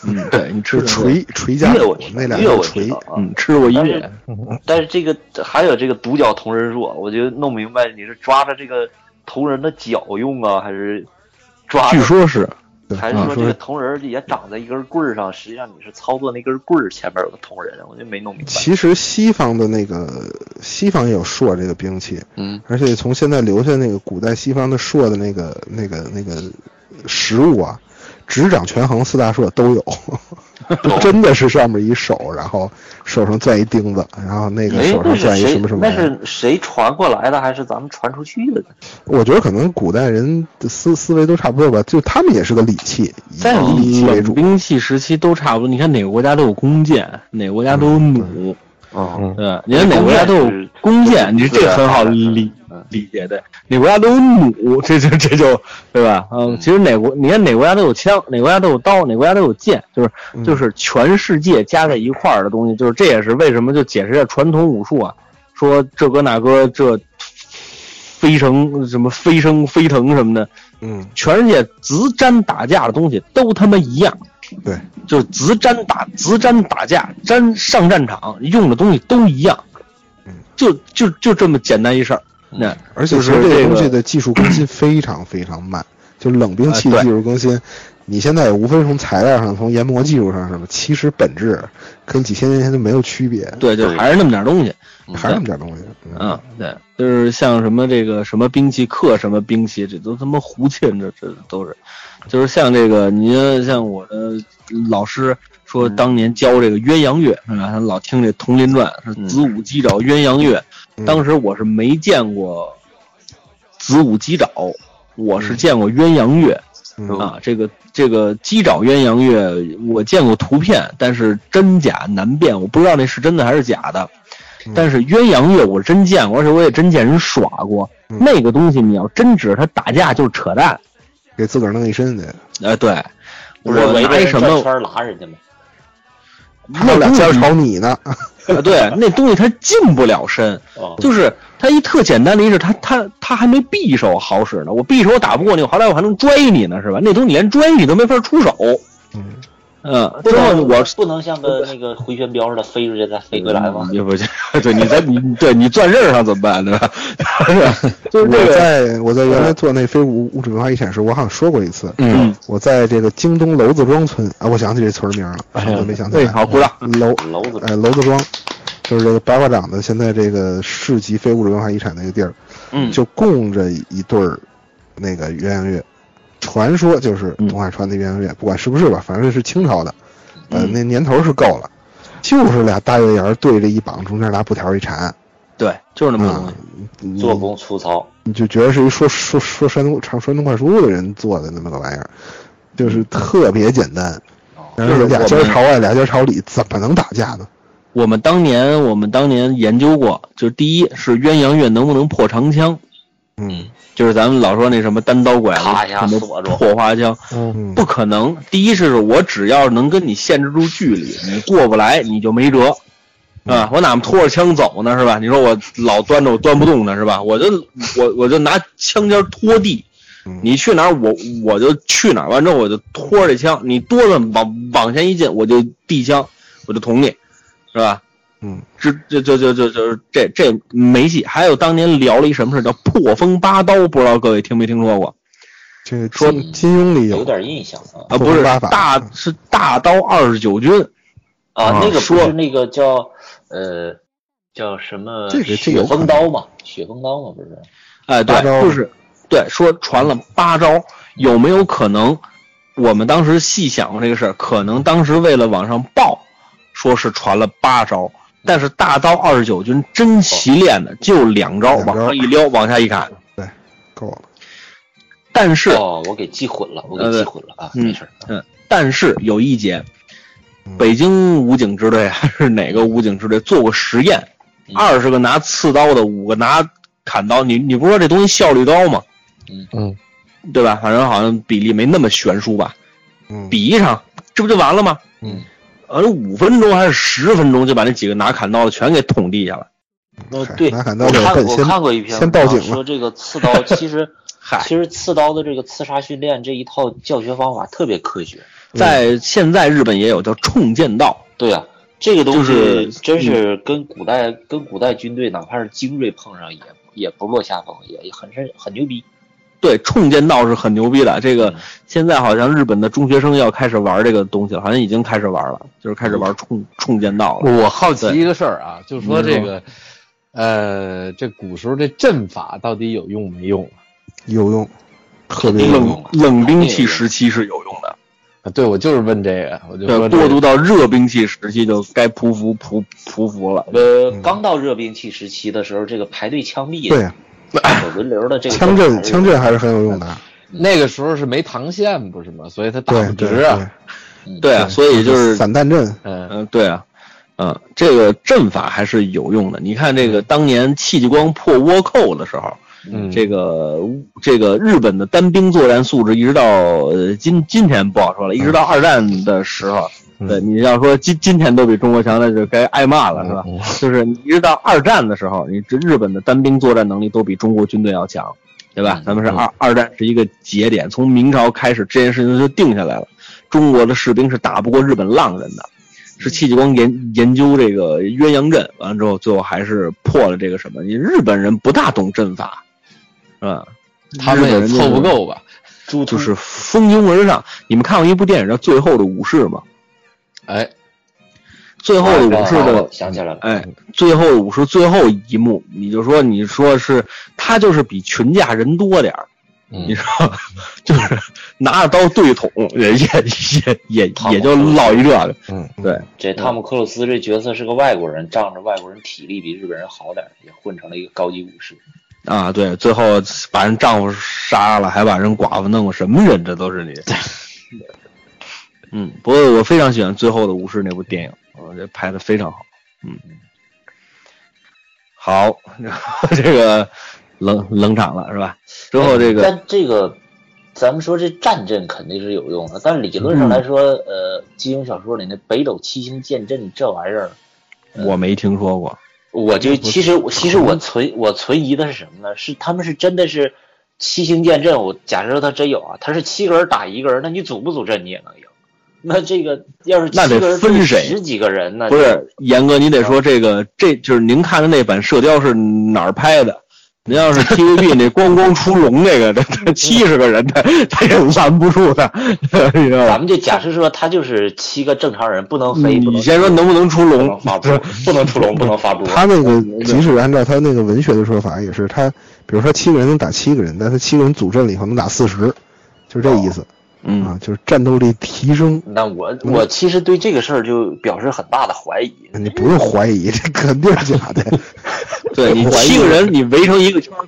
A: 嗯，对你吃
C: 是锤锤加
D: 越
C: 斧
D: 我知，道
C: 那俩
D: 越
C: 叫
D: 我知
C: 锤
D: 道。啊，
A: 嗯，吃
C: (laughs)
A: 过一
D: 但
A: 月
D: 是。但是这个还有这个独角铜人术，啊我就弄不明白你是抓着这个铜人的脚用啊，还是抓
A: 据
D: 着？
A: 说是，
C: 对
D: 还是
C: 啊
D: 说这
C: 说
D: 个铜人也长在一根棍儿上，实际上你是操作那根棍儿前面有个铜人，我就没弄明白。
C: 其实西方的那个西方也有槊这个兵器，
D: 嗯，
C: 而且从现在留下那个古代西方的槊的那个那个那个实物啊，执掌权衡四大槊都
D: (laughs)
C: 有，就真的是上面一手，然后手上攥一钉子，然后那个
D: 哎
C: 手，
D: 那
C: 上攥
D: 是
C: 一
D: 谁
C: 什么什？么
D: 那
C: 玩意儿。
D: 是谁传过来的，还是咱们传出去的？
C: 我觉得可能古代人的思思维都差不多吧，就他们也是个礼器，以
A: 在
C: 礼器为
A: 冷
C: 主。
A: 兵器时期都差不多。你看哪个国家都有弓箭，哪个国家都有
C: 嗯
A: 弩，
D: 哦，
A: 对，你看哪个国家都有弓箭，你这很好理理解，啊对，啊哪个国家都有弩，这就这就对吧？嗯，其实哪国你看哪个国家都有枪，哪个国家都有刀，哪个国家都有剑，就是就是全世界加在一块儿的东西，就是这也是为什么就解释一下传统武术啊，说这个那个这飞升什么飞升飞腾什么的，
C: 嗯，
A: 全世界只沾打架的东西都他妈一样，
C: 对，
A: 就是只沾打只沾打架，沾上战场用的东西都一样，
C: 嗯，
A: 就就就这么简单一事儿。那
C: 而且
A: 就
C: 其
A: 是
C: 实
A: 这
C: 个
A: 个
C: 东西的技术更新非常非常慢，就冷兵器
A: 啊对
C: 技术更新，你现在也无非从材料上、从研磨技术上什么，其实本质跟几千年前都没有区别，
A: 对，就
E: 对
A: 还是那么点儿东西。
C: 还是那么点东西。
A: 嗯，对，就是像什么这个什么兵器克什么兵器，这都他妈胡沁，这这都是，就是像这个，您像我的老师说，
C: 嗯
A: 当年教这个鸳鸯乐是吧？他老听这《铜林传》是子午鸡爪鸳鸯乐，
C: 嗯
A: 当时我是没见过子午鸡爪，我是见过鸳鸯乐。
C: 嗯
A: 啊，这个这个鸡爪鸳鸯乐，我见过图片，但是真假难辨，我不知道那是真的还是假的。
C: 嗯
A: 但是鸳鸯乐我真见过，而且我也真见人耍过。
C: 嗯
A: 那个东西你要真指着它打架就是扯淡。
C: 给自个儿弄一身去。
A: 哎，对，
D: 不是
A: 我
D: 围
A: 拿
D: 着
A: 一
D: 人
A: 什
D: 转
A: 么
D: 圈？儿拉人家吗？
C: 他有
A: 那
C: 俩
A: 东
C: 尖儿
A: 西
C: 朝
A: (laughs)
C: 你呢，
A: 啊对，那东西它近不了身，
D: 哦，
A: 就是它一特简单的一事，它它它还没匕首好使呢。我匕首我打不过你，我好歹我还能拽你呢，是吧？那东西连拽你都没法出手。
C: 嗯，
A: 嗯，
D: 不
A: 之后
D: 能
A: 我
D: 不能像个那个回旋镖似的飞出去再飞回来吗？
A: 你嗯不 (laughs) 对，你在你对你钻刃上怎么办，对吧？ (laughs) (laughs) 就是这
C: 我
A: 个，
C: 在我在原来做那非物物质文化遗产时，我好像说过一次，
A: 嗯，
C: 我在这个京东娄子庄村啊，我想起这村儿名了，
A: 哎
C: 我没想起
A: 嗯对，
C: 来。
A: 好，鼓掌。 (laughs)
C: 娄
D: 楼子
C: 哎，娄子庄，就是这个八卦掌的现在这个市级非物质文化遗产那个地儿，
A: 嗯
C: 就供着一对儿那个鸳鸯乐，传说就是东海传的鸳鸯乐，不管是不是吧，反正是清朝的，呃，那年头是够了，就是俩大月牙儿对着一膀，中间拿布条一缠，
A: 对，就是那么个东
C: 啊
A: 西。，
C: 你
D: 做工粗糙，
C: 你就觉得是一说说说山东唱山东快书的人做的那么个玩意儿，就是特别简单，然后俩尖儿朝外，俩尖儿朝里，怎么能打架呢？
A: 我们当年，我们当年研究过，就是第一是鸳鸯乐能不能破长枪，
C: 嗯
A: 就是咱们老说那什么单刀拐
D: 咔一下
A: 子，什么
D: 锁住
A: 破花枪，
C: 嗯，
A: 不可能。第一是我只要能跟你限制住距离，你过不来你就没辙，
C: 嗯
A: 啊，我哪怕拖着枪走呢是吧？你说我老端着我端不动呢是吧？我就我我就拿枪尖拖地
C: 嗯，
A: 你去哪儿我我就去哪儿，完之后我就拖着这枪，你多了往往前一进我就递枪，我就捅你，是吧？
C: 嗯，
A: 这这这这这这这这没戏。还有当年聊了一什么事叫破风八刀，不知道各位听没听说过？
C: 这个金金庸里
D: 有
C: 有
D: 点印象啊
A: 啊，
C: 破
A: 不
C: 风
A: 是
C: 八法
A: 大是大刀二十九军，
D: 啊，那个不
A: 说
D: 是那个叫呃叫什么
C: 这个这个
D: 雪
C: 有可
D: 风
C: 能
D: 刀嘛？雪风刀嘛不是？
A: 哎，对
C: 八，招
A: 就是对，说传了八招，有没有可能？我们当时细想过这个事儿，可能当时为了往上报，说是传了八招，但是大刀二十九军真习练的就两招，
C: 两招
A: 往上一撩，往下一砍。
C: 够了，
A: 但是
D: 哦，我给记混了，我
C: 呃
D: 给记混了啊，
A: 嗯
D: 没事儿。
A: 但是有一节
C: 嗯，
A: 北京武警支队还是哪个武警支队做过实验，
D: 嗯
A: 二十个拿刺刀的，五个拿砍刀，你你不说这东西效率高吗？
D: 嗯
B: 嗯，
A: 对吧？反正好像比例没那么悬殊吧，
C: 嗯，
A: 比一场，这不就完了吗？
D: 嗯，
A: 反正五分钟还是十分钟就把那几个拿砍刀的全给捅地下了。
D: 那
C: 嗨
D: 哦对，
C: 拿砍刀
D: 我
C: 就
D: 看
C: 奔
D: 我
C: 先
D: 看过一篇
C: 先
D: 文
C: 报
D: 章，
C: 警了
D: 说这个刺刀其实
A: 嗨
D: 其实刺刀的这个刺杀训练这一套教学方法特别科学。
C: 嗯
A: 在现在日本也有叫冲剑道，
D: 对啊，这个东
A: 就是
D: 西真是跟古代跟古代军队哪怕是精锐碰上也也不落下风，也也很是很牛逼。
A: 对，冲剑道是很牛逼的。这个
D: 嗯
A: 现在好像日本的中学生要开始玩这个东西了，好像已经开始玩了，就是开始玩冲冲剑道了。
B: 我好奇
A: 对
B: 一个事儿啊，就是说这个，呃，这古时候这阵法到底有用没用
C: 有用，特别有用。
A: 冷冷兵器时期是有用的，
B: 啊？对，我就是问这个，我就
A: 对，
B: 说
A: 过渡到热兵器时期就该匍匐匍匍匐了。
D: 呃，刚到热兵器时期的时候，这个排队枪毙，
C: 对，啊
D: 手轮流的这个
C: 枪阵枪阵还是很有用的，啊
B: 那个时候是没膛线不是吗？所以他打
C: 对
B: 不
C: 对
B: 直啊。
D: 嗯
A: 对啊，所以就是
C: 散弹阵，
B: 嗯，
A: 嗯，对啊，嗯，这个阵法还是有用的。你看这个当年戚继光破倭寇的时候，
B: 嗯
A: 这个这个日本的单兵作战素质，一直到呃今今天不好说了，一直到二战的时候，
B: 嗯
A: 对你要说今今天都比中国强，那就该挨骂了，是吧？
B: 嗯
A: 就是你一直到二战的时候，你这日本的单兵作战能力都比中国军队要强，对吧
D: 嗯？
A: 咱们是二二战是一个节点，从明朝开始这件事情就定下来了，中国的士兵是打不过日本浪人的。
B: 嗯
A: 是戚继光研研究这个鸳鸯阵，完了之后最后还是破了这个什么？你日本人不大懂阵法，是吧？
B: 他们
A: 日本
B: 也
A: 人就
B: 凑不
A: 是
B: 够吧？
A: 就是蜂拥而上。你们看过一部电影叫《最后的武士》吗？
B: 哎，
A: 最后的武士
D: 啊
A: 的
D: 我想起来了，
A: 哎，最后的武士最后一幕，你就说你说是他就是比群架人多点儿，
B: 嗯
A: 你知道吧，就是拿着刀对捅，也也也也
D: 汤姆
A: 也就落一这个。
B: 嗯，
A: 对，
D: 这汤姆克鲁斯这角色是个外国人，仗着外国人体力比日本人好点儿，也混成了一个高级武士。
A: 啊，对，最后把人丈夫杀了，还把人寡妇弄了，什么人？这都是你。嗯，不过我非常喜欢《最后的武士》那部电影，我觉得拍的非常好。嗯，好， (laughs) 这个冷冷场了是吧？之后这个
D: 但这个，咱们说这战阵肯定是有用的，但理论上
A: 嗯
D: 来说，呃，金庸小说里那北斗七星剑阵这玩意儿，
A: 我没听说过。
D: 嗯我就其实我其实我存我存疑的是什么呢？是他们是真的是七星剑阵，我假设他真有啊，他是七个人打一个人，那你组不组阵你也能赢。那这个要是
A: 那
D: 七个
A: 得
D: 人
A: 分
D: 对
A: 谁
D: 十几个人呢？
A: 不是，严哥，你得说这个，这就是您看的那版《射雕》是哪儿拍的？您要是
D: (laughs)
A: TVB 那光光出笼那个，这这七十个人，他他也拦不住他， (laughs) 你知道
D: 咱
A: 吧？
D: 们就假设说他就是七个正常人，不能飞，不
A: 你
D: 能
A: 先说能不能出
D: 不
A: 笼
D: 能？发猪，不能出笼，不能发猪。
C: 他那个即使按照他那个文学的说法，也是他，比如说七个人能打七个人，但他七个人组阵了以后能打四十，就是这意思
A: 嗯，
C: 啊，就是战斗力提升。
D: 那我我其实对这个事儿就表示很大的怀疑。
C: 你不用怀疑，这肯定是假的。
A: 对你七个人，你围成一个圈儿，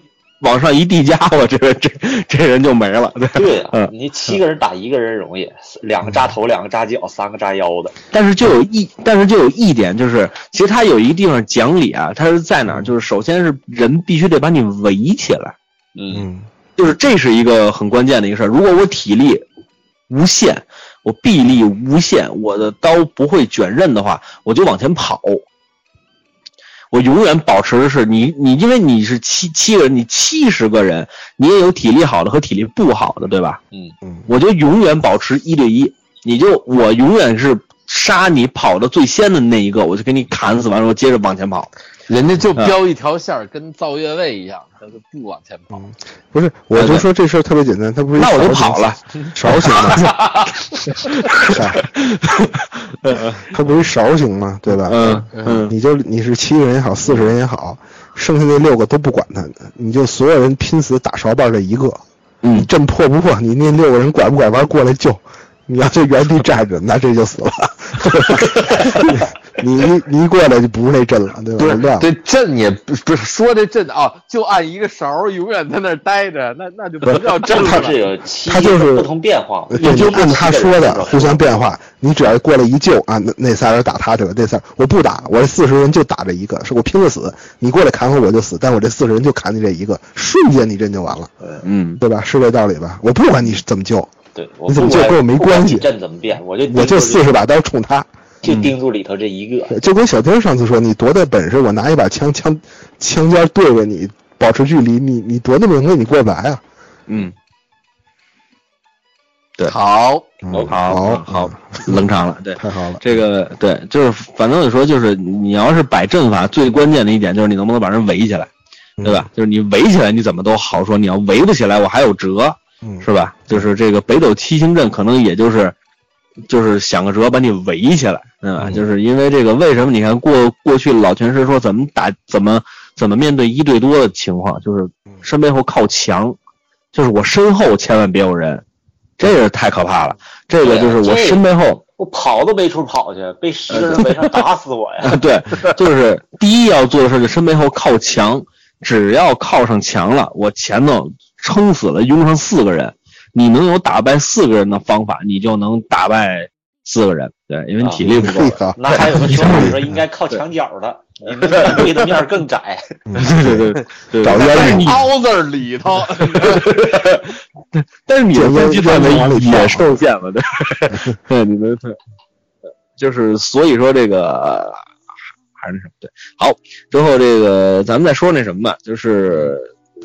A: 往上一递家伙，这个这这人就没了。 (laughs) 对
D: 对啊
A: 嗯，
D: 你七个人打一个人容易，两个扎头，两个扎脚，三个扎腰的。
A: 但是就有一，但是就有一点就是，其实他有一个地方讲理啊，他是在哪儿？就是首先是人必须得把你围起来。
D: 嗯，
C: 嗯，
A: 就是这是一个很关键的一个事儿。如果我体力无限，我臂力无限，我的刀不会卷刃的话，我就往前跑。我永远保持的是你，你因为你是七七个人，你七十个人，你也有体力好的和体力不好的，对吧？
D: 嗯
C: 嗯
A: 我就永远保持一对一，你就我永远是杀你跑的最先的那一个，我就给你砍死完了，我接着往前跑。
B: 人家就标一条线儿，跟造越位一样，他就不往前跑。
C: 不是，我就说这事儿特别简单，他不是
A: 那我就跑
C: (laughs)
A: 了，
C: 勺形
A: (laughs)
C: 吗？哎是吧他不是勺形吗？对吧？哎
A: 嗯嗯，
C: 你就你是七个人也好，四十人也好，剩下那六个都不管他，你就所有人拼死打勺把这一个。
A: 嗯
C: 你阵破不破？你那六个人拐不拐弯过来救？你要是原地站着，那这就死了。 (laughs) 你你你一过来就不是那阵了，对吧？
B: 不是
C: 乱了。
B: 这阵也不不是说这阵啊，就按一个勺儿永远在那儿待着，那那就不叫阵
D: 正
B: 了
D: 常。是有七
C: 他就是
D: 个不同变化嘛，
C: 对，呃就按他说的互相
D: 变。
C: 变化。你只要过来一救啊，那那仨人打他去了，那仨我不打，我这四十人就打这一个，是我拼了死。你过来砍我我就死，但我这四十人就砍你这一个，瞬间你阵就完了，
A: 嗯，
C: 对吧？是这道理吧？我不管你是怎么救，
D: 对，我
C: 你怎么
D: 不管
C: 就跟我没关系
D: 不管你阵怎么变，我就
C: 我就嗯
D: 盯住
C: 四十把刀冲他，
D: 就盯住里头这一个。
C: 就跟小丁上次说，你多大本事，我拿一把枪枪枪尖对着你，保持距离，你你多大本事你过不来啊？
A: 嗯，
B: (laughs) 哦好，
C: 嗯
A: 好
C: 好，嗯
A: 冷场了，对。
C: 太好了，
A: 这个对，就是反正我说，就是你要是摆阵法，最关键的一点就是你能不能把人围起来，
C: 嗯
A: 对吧？就是你围起来，你怎么都好说，你要围不起来，我还有辙，
C: 嗯？
A: 是吧？就是这个北斗七星阵，可能也就是就是想个辙把你围起来，对吧？
C: 嗯
A: 就是因为这个，为什么你看过过去老拳师说怎么打，怎么怎么面对一对多的情况，就是身背后靠墙，就是我身后千万别有人，这个太可怕了。这个就是
D: 对
A: 我
D: 这个
A: 身背后。
D: 我跑都没处跑去，被十个人围上打死我
C: (laughs)
D: 呀！
A: 啊， (laughs) 对，就是第一要做的事，就身背后靠墙，只要靠上墙了，我前头撑死了，拥上四个人，你能有打败四个人的方法，你就能打败四个人。对，因为你体力
C: (laughs)
A: 不够。
C: 对
D: (laughs)
C: 啊，
D: 那还有个说法说应该靠墙角的，你们对的面儿更窄。
A: (laughs)
C: 嗯
A: 对对对对，
C: 找
A: 但
C: 烟
A: 是
C: 雾
A: 你，
B: 凹字儿里头，
A: 但是你的
C: 捡烟
A: 攻击范围
C: 烟往里跳
A: 也受限了，对， (laughs) 对，你的对，就是所以说这个还是那什么对。好，之后这个咱们再说那什么吧，就是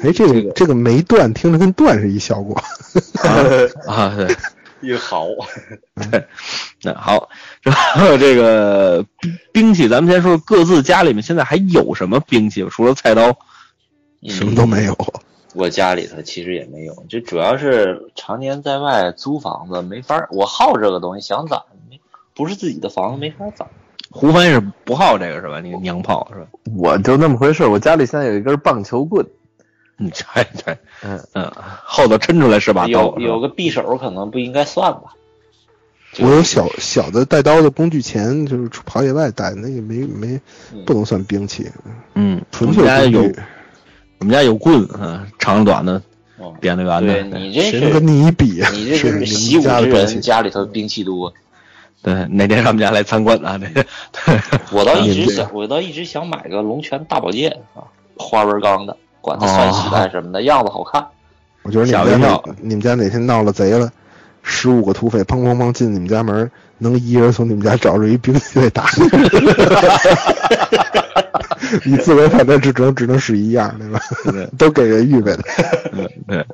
C: 哎，这
A: 这
C: 个
A: 个
C: 这个没断，听
A: (laughs)
C: 着
D: 嗯
C: 跟断是一效果。
A: 啊，对。
D: 一嚎，
A: 那好，然后 (laughs) 这个兵兵器，咱们先说各自家里面现在还有什么兵器吧？除了菜刀，
C: (laughs) 什么都
D: 嗯
C: 没有。
D: 我家里头其实也没有，这主要是常年在外租房子没法儿，我好这个东西想攒，没不是自己的房子没法攒。
A: 胡帆是不好这个是吧？你娘炮是吧？
B: 我就那么回事儿。我家里现在有一根棒球棍，
A: 你这这，
B: 嗯
A: 嗯，后头抻出来是把刀
D: 有，有个匕首可能不应该算吧。就
C: 我有小小的带刀的工具钳，就是出跑野外带，那个没没不能算兵器，
A: 嗯，我
C: 纯
A: 们
C: 粹
A: 家有
C: 工具，
A: 我们家有棍啊，长的短的，
C: 嗯
D: 哦
A: 扁的圆
D: 对
A: 的，
D: 你这
C: 谁能跟
D: 是
C: 你比啊？
D: 你
C: (laughs)
D: 这
C: 是
D: 是
C: 你
D: 习
C: 们
D: 武
C: 家
D: 之
C: 的兵器
D: 人，家里头兵器多。
A: 对，哪天上我们家来参观啊？这个，
D: (laughs) 我倒一
A: 你
D: 直
A: 这
D: 想，我倒一直想买个龙泉大宝剑啊，花纹钢的，管它
C: 哦
D: 算系带什么的，样子好看。
C: 我觉得你
A: 吓我
C: 们
A: 一
C: 家
A: 跳
C: 哪你们家哪天闹了贼了，十五个土匪砰砰砰进你们家门，能一人从你们家找着一兵器来打
D: (laughs)
C: 你。你自卫反正只能只能使一样，对吧？ (laughs) 都给人预备的，
A: 对，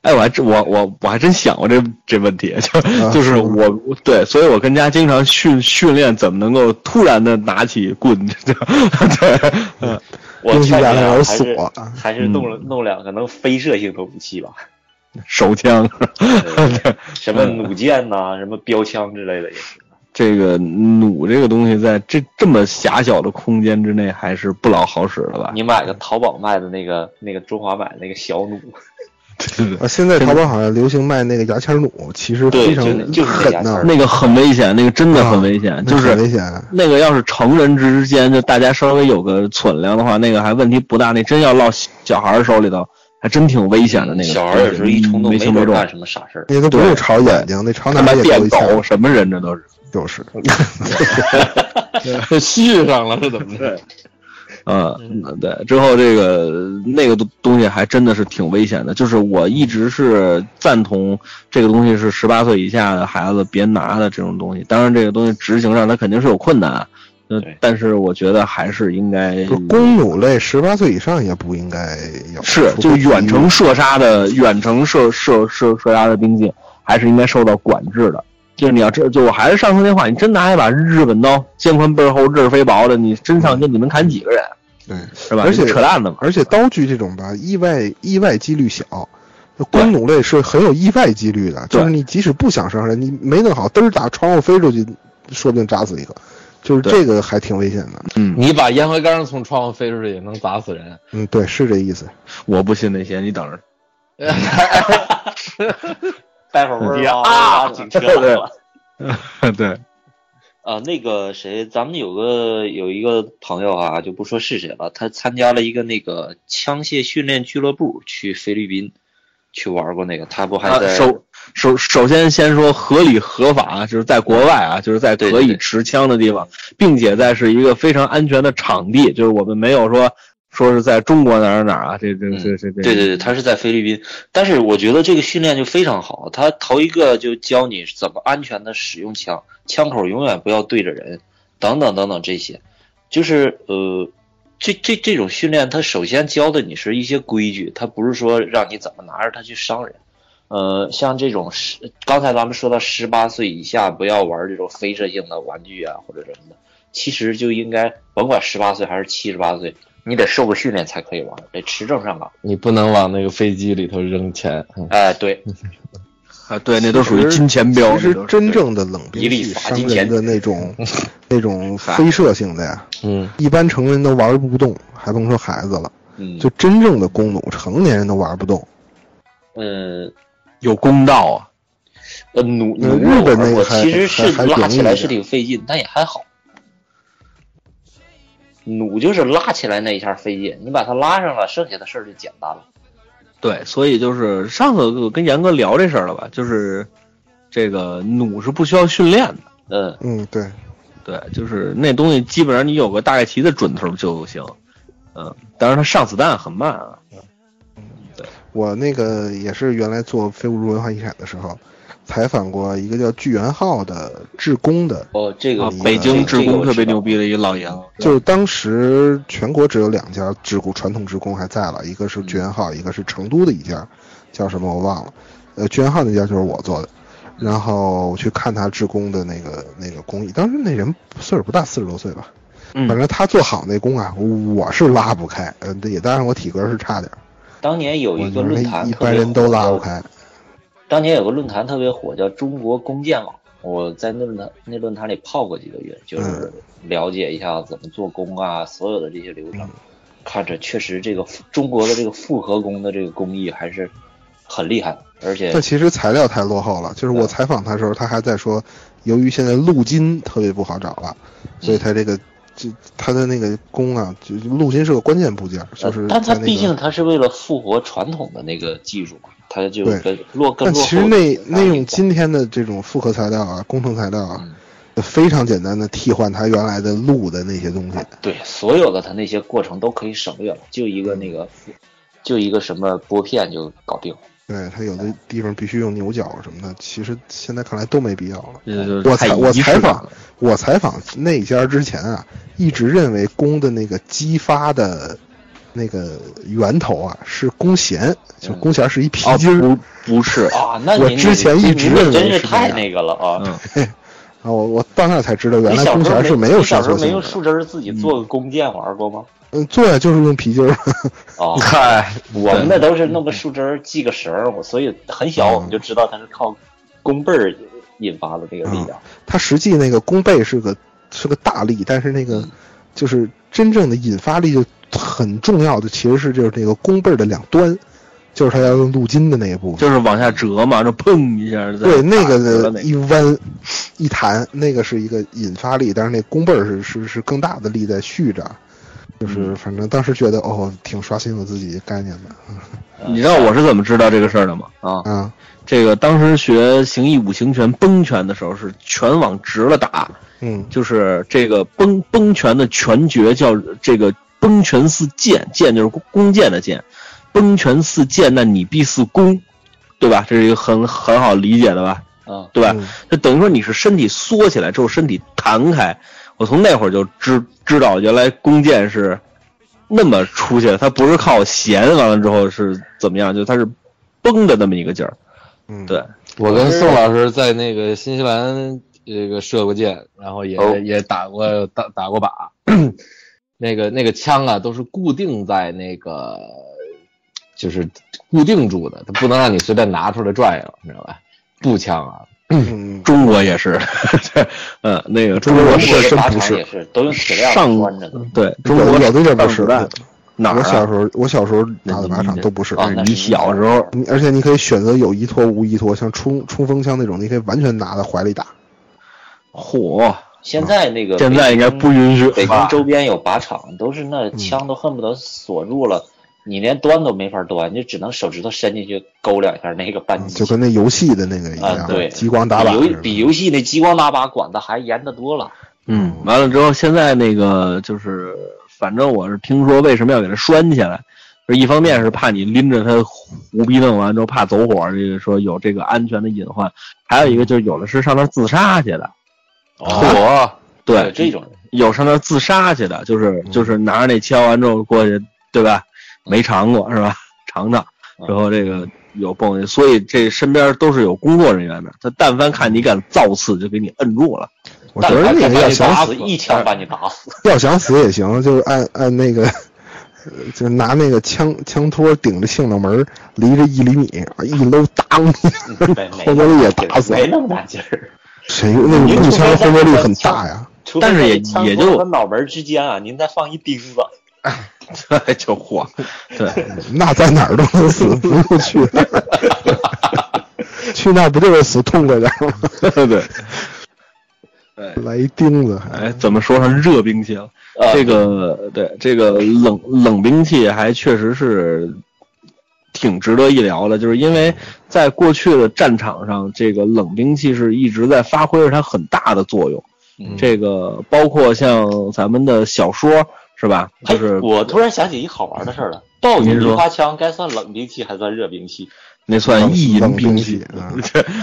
A: 哎，我还真我我我还真想过这这问题，就、
C: 啊
A: 就是我我对，所以我跟家经常训训练怎么能够突然的拿起棍，就 (laughs) 对，嗯，
D: 我
C: 兵器
D: 劝你
C: 架
D: 啊
C: 上有
D: 还是
C: 锁，
D: 还是弄了弄两个能非射性的武器吧，
A: 手枪，
D: 对什
A: 嗯
D: 么弩箭呐、什么标枪之类的也是。
A: 这个弩这个东西在这这么狭小的空间之内还是不老好使的吧？
D: 你买个淘宝卖的那个那个中华买的那个小弩，
A: 对对对，
C: 啊，现在淘宝好像流行卖那个牙签弩，其实
D: 对
C: 非常
D: 就那就是那
C: 狠
D: 牙签
C: 呐、
D: 儿
A: 那个很危险，那个真的很危险，
C: 啊那
A: 就是
C: 很危险。
A: 那个要是成人之间，就大家稍微有个存量的话，那个还问题不大。那真要落小孩儿手里头，还真挺危险的。那个
D: 小孩有时候一冲动，
A: 没
D: 没
A: 轻
D: 准
A: 没
D: 儿
A: 重，
D: 干什么傻事儿。
C: 那都不用朝眼睛，那朝
A: 他妈
C: 哪儿也
A: 电嗯
C: 够一
A: 狗
C: 枪，
A: 什么人这都是。
C: 就是。
B: 续上了是怎么着？
A: 嗯，对。之后这个那个东东西还真的是挺危险的，就是我一直是赞同这个东西是十八岁以下的孩子别拿的这种东西。当然，这个东西执行上它肯定是有困难，呃
D: 对，
A: 但是我觉得还是应该
C: 不是弓弩类，十八岁以上也不应该有。
A: 是，
C: 除
A: 就
C: 非
A: 是远程射杀的远程射射射射杀的兵器，还是应该受到管制的。就是你要知，就我还是上次那话，你真拿一把日本刀，肩宽背厚，刃儿飞薄的，你真上去你能砍几个人，
C: 对，
A: 是吧？
C: 而且
A: 这不扯淡的嘛。
C: 而且刀具这种吧，意外意外几率小。那弓弩类是很有意外几率的，
A: 对
C: 就是你即使不想伤人，你没弄好，嘚儿打窗户飞出去，说不定砸死一个。就是
A: 对
C: 这个还挺危险的。
A: 嗯，
B: (laughs) 你把烟灰缸从窗户飞出去也能砸死人。 (laughs)
C: 嗯，对，是这意思。
A: 我不信那些，你等着。 (laughs)
D: 待会儿不是
F: 啊
D: 啊，
A: (laughs)
D: 警车来了。
A: 对，
D: 啊，那个谁，咱们有个有一个朋友啊，就不说是谁了，他参加了一个那个枪械训练俱乐部，去菲律宾去玩过那个，他不还
A: 啊
D: 在、
A: 首首首先先说合理合法，就是在国外啊，就是在
D: 对
A: 可以
D: 对
A: 持枪的地方，并且在是一个非常安全的场地，就是我们没有说说是在中国哪儿哪儿啊，这这这这这，
D: 对对对，他是在菲律宾，但是我觉得这个训练就非常好，他头一个就教你怎么安全的使用枪，枪口永远不要对着人，等等等等这些，就是呃，这这这种训练，他首先教的你是一些规矩，他不是说让你怎么拿着它去伤人。呃，像这种十，刚才咱们说到十八岁以下不要玩这种非射性的玩具啊或者什么的，其实就应该甭管十八岁还是七十八岁，你得受过训练才可以玩，得持证上岗。
B: 你不能往那个飞机里头扔钱。嗯
D: 哎，对，
A: 啊，对，那都属于金钱镖。
C: 其实
A: 那都是
C: 真正的冷兵器
D: 一粒罚
C: 伤
D: 金
C: 人
D: 钱
C: 的那
D: (laughs)
C: 种那种非射性的呀，
B: 嗯，
C: 一般成人都玩不动，还甭说孩子了。
D: 嗯，
C: 就真正的弓弩，成年人都玩不动。
D: 嗯，
A: 有公道啊。
D: 呃，努
C: 嗯
D: 努
C: 日本那个
D: 我
C: 还
D: 其实
C: 还
D: 是
C: 还
D: 拉
C: 容易一
D: 起来
C: 点
D: 是挺费劲，但也还好。弩就是拉起来那一下费劲，你把它拉上了，剩下的事儿就简单了。
A: 对，所以就是上次我跟严哥聊这事儿了吧，就是这个弩是不需要训练的。
D: 嗯，
C: 嗯，对，
A: 对，就是那东西基本上你有个大概齐的准头就行。嗯，当然它上子弹很慢啊。
C: 我那个也是原来做非物质文化遗产的时候，采访过一个叫巨源浩的志工的，
D: 哦，这个
A: 啊
D: 这个、
A: 北京职
D: 这个
A: 工
D: 我
A: 特别
D: 知道
A: 牛逼的一个老爷子，
C: 就是当时全国只有两家职工传统职工还在了，一个
D: 嗯
C: 是巨源浩，一个是成都的一家，叫什么我忘了。呃，巨源浩那家就是我做的，
D: 嗯
C: 然后我去看他制工的那个那个工艺，当时那人岁数不大，四十多岁吧，
E: 嗯
C: 反正他做好那工啊，我是拉不开，呃，也当然我体格是差点儿，
D: 当年有
C: 我
D: 一个
C: 觉得
D: 论坛
C: 一
D: 特
C: 般
D: 别
C: 人都
D: 火嗯
C: 拉
D: 叫
C: 不开，
D: 当年有个论坛特别火，叫中国弓箭网。我在那论坛那论坛里泡过几个
C: 嗯
D: 月，就是了解一下怎么做弓啊，所有的这些流程。看着确实这个复中国的这个复合弓的这个工艺还是很厉害，而且
C: 但其实材料太落后了。就是我采访他的时候，他还在说，由于现在路筋特别不好找了，
D: 嗯
C: 所以他这个就他的那个弓啊，就路筋是个关键部件，就是
D: 呃但它
C: 在那
D: 毕竟
C: 个。
D: 它是为了复活传统的那个技术嘛，它就
C: 对
D: 跟落跟
C: 但
D: 落
C: 其实
D: 后
C: 那
D: 的
C: 那
D: 一
C: 种
D: 块
C: 今天的这种复合材料啊、工程材料啊
D: 嗯，
C: 非常简单的替换它原来的路的那些东西。
D: 对所有的它那些过程都可以省略了，就一个那个就一个什么拨片就搞定了。
C: 对，它有的地方必须用牛角什么的，其实现在看来都没必要了。
A: 这就是
C: 我
A: 太
C: 采我
A: 仪式
C: 采
A: 感
C: 访
A: 了，
C: 我采访那家之前啊，一直认为弓的那个激发的，那个源头啊是弓弦，
D: 嗯
C: 就弓弦是一皮
A: 哦，
C: 筋儿。
A: 不不是，
D: 啊，那
C: 我
D: 您
C: 之前一直
D: 您
C: 认为
D: 真是
C: 是这
D: 太
C: 样
D: 那个了啊！
A: 嗯，
C: 啊，我我到那儿才知道，原
D: 你
C: 来
D: 小
C: 弓
D: 时候
C: 弦是
D: 没
C: 有
D: 你小
C: 伸
D: 时候
C: 缩
D: 没
C: 性
D: 用
C: 的。
D: 树枝儿自己做个弓箭玩过吗？
C: 嗯，做呀就是用皮筋儿。 (laughs)
D: 哦，
B: 嗨，
D: 我们那都是
C: 嗯
D: 弄个树枝儿系个绳儿，我所以很小我们就知道它是靠弓背儿引发的这个力量。
C: 它实际那个弓背是个是个大力，但是那个就是真正的引发力就很重要的，其实是就是这个弓背的两端，就是它要用镀金的那一部分。
A: 就是往下折嘛，就砰一下，
C: 对，那
A: 个折
C: 个
A: 那
C: 呢，一弯一弹，那个是一个引发力，但是那弓背儿是是是更大的力在续着，就是反正当时觉得哦，挺刷新我自己概念的
A: 你知道我是怎么知道这个事儿的吗？
D: 啊，
C: 啊，
A: 这个当时学形意五行拳崩拳的时候，是拳往直了打，
C: 嗯
A: 就是这个崩崩拳的拳诀叫这个崩拳似箭，箭就是弓弓箭的箭，崩拳似箭，那你必似弓，对吧？这是一个很很好理解的吧？
D: 嗯，
A: 对吧？
C: 嗯
A: 就等于说你是身体缩起来之后，身体弹开。我从那会儿就知知道，原来弓箭是那么出去的，它不是靠弦完了之后是怎么样，就它是绷的那么一个劲儿。
C: 嗯，
A: 对，
B: 我跟宋老师在那个新西兰这个射过箭，然后也、
E: 哦
B: 也打过打打过靶， (clears throat) 那个那个枪啊都是固定在那个就是固定住的，它不能让你随便拿出来拽了，你知道吧？步枪啊，
C: 嗯，
A: 中国也是， (laughs) 对，嗯，那个中
C: 国
A: 国
D: 我
A: 是
D: 是
C: 真
D: 靶
C: 不
D: 场
C: 是嗯
D: 也是都用铁链
A: 上
D: 拴着的。
A: 对中
C: 有
A: 国
C: 有的地儿不
A: 上
C: 是
A: 古代
C: 的，
A: 哪儿
C: 我小
A: 啊？
C: 时候我小时候
A: 那
C: 打的
A: 你
C: 靶场
A: 那
C: 都不是，哎
D: 啊，那
A: 你小时候
C: 你而且你可以选择有一拖无一拖，像冲冲锋枪那种，你可以完全拿在怀里打。
A: 嚯，
D: 现在那个
A: 现在应该不允许
D: 北
A: 吧
D: 京？周边有靶场，都是
C: 嗯
D: 那枪都恨不得锁住了，你连端都没法端，你就只能手指头伸进去勾两下那个扳
C: 嗯
D: 机。
C: 就跟那游戏的那个一样，
D: 啊对
C: 激光打靶
D: 比
C: 似
D: 游
C: 的
D: 比游戏那激光打靶管的还严得多了。
A: 嗯，完了之后，现在那个就是，反正我是听说为什么要给它拴起来，就是一方面是怕你拎着它胡逼弄完之后怕走火，这个说有这个安全的隐患，还有一个就是有的是上那儿自杀去的，
B: 嚯、
D: 有
A: 对，
D: 这种人，
A: 有上那儿自杀去的，就是就是拿着那枪完之后过去，对吧？没尝过是吧？尝尝，然后这个有蹦去，所以这身边都是有工作人员的，他但凡看你敢造次，就给你摁住了。 (laughs)
C: 我觉
D: 但
C: 得
D: 凡
C: 那
D: 他
C: 个
D: 把
C: 要
D: 你
C: 想
D: 打
C: 死
D: 死，一枪把你打死。
C: (laughs) 要想死也行，就是按按那个，呃就是拿那个枪枪托顶着性冷门儿，离着一厘米，哎一搂当，
D: 没没
C: 后坐力也打死
D: 没那么大劲儿。
C: 谁那个步枪后坐力很大呀？
D: 除非
A: 但是也
D: 在枪
A: 也
D: 口
A: 就
D: 和脑门儿之间啊，您再放一钉子，
A: 对，就嚯，对，
C: 那在哪儿都能死，不用
D: (laughs)
C: 去，去那不就是死痛快点儿吗？
A: 对，
C: 来一钉子，
A: 哎，怎么说上热兵器了？
D: 呃
A: 这个啊对这个冷冷兵器还确实是挺值得一聊的，就是因为在过去的战场上，这个冷兵器是一直在发挥着它很大的作用。这个包括像咱们的小说是吧？
D: 嘿
A: 就是
D: 我突然想起一好玩的事儿了。暴雨
A: 您
D: 梨
A: 说
D: 花枪该算冷兵器还算热兵器？
A: 那算意淫
C: 冷
A: 兵
C: 兵
A: 器 (laughs)
C: 器，啊，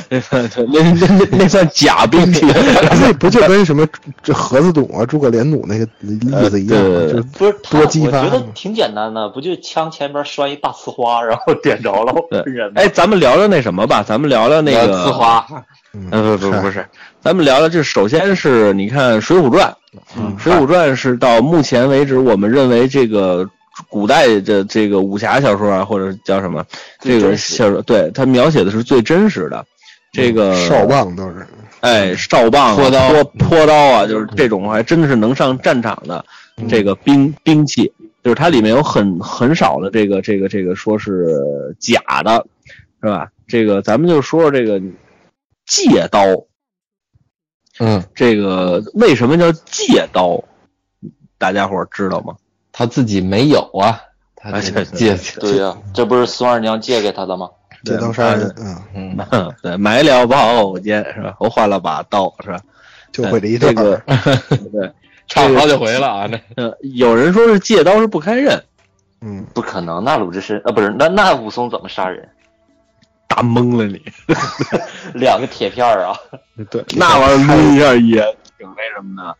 A: 那算那那那那算假兵 (laughs) 器。
C: (laughs) 那不就跟什么这盒子弩啊、诸葛连弩那个意思一样
A: 呃
C: 吗？
A: 对
C: 就是
D: 不是他，
C: 多激
D: 我
C: 发
D: 觉得挺简单的，不就枪前边拴一大呲花，然后点着了
A: 对
D: 喷人吗？
A: 哎，咱们聊聊那什么吧，咱们聊聊那个
D: 呲花，
C: 嗯
A: 呃，不不
B: (laughs)
C: 嗨
A: 不是，咱们聊聊这。首先是你看《水浒传》，
B: 嗯
A: 《水浒传》是到目前为止，我们认为这个古代的这个武侠小说啊，或者叫什么这个小说，对它描写的是最真实
B: 嗯
A: 的。这个
C: 少棒都是，
A: 哎，哨棒、啊、
B: 泼刀嗯
A: 泼泼刀啊，就是这种还真的是能上战场的这个兵兵器，就是它里面有很很少的这个这个这个说是假的，是吧？这个咱们就说说这个借刀，
B: 嗯，
A: 这个为什么叫借刀？大家伙儿知道吗？
B: 他自己没有啊，他
A: 哎
B: 就
A: 对
B: 借
D: 对呀、这不是孙二娘借给他的吗？
C: 借刀杀人，嗯，
B: 嗯，
A: 哼对，买了把偶间是吧？我换了把刀是吧？哎
C: 就会这一
A: 这
C: 段。
A: 个
C: (laughs)
A: 对，
B: 差了好几回了啊，那
A: 呃，有人说是借刀是不堪刃，
C: 嗯，
D: 不可能，那鲁智深啊，不是那那武松怎么杀人？
A: 打懵了
C: (laughs)
A: 你。
D: 两个铁片儿啊，
A: 对，那玩意儿抡一下也挺那什么的。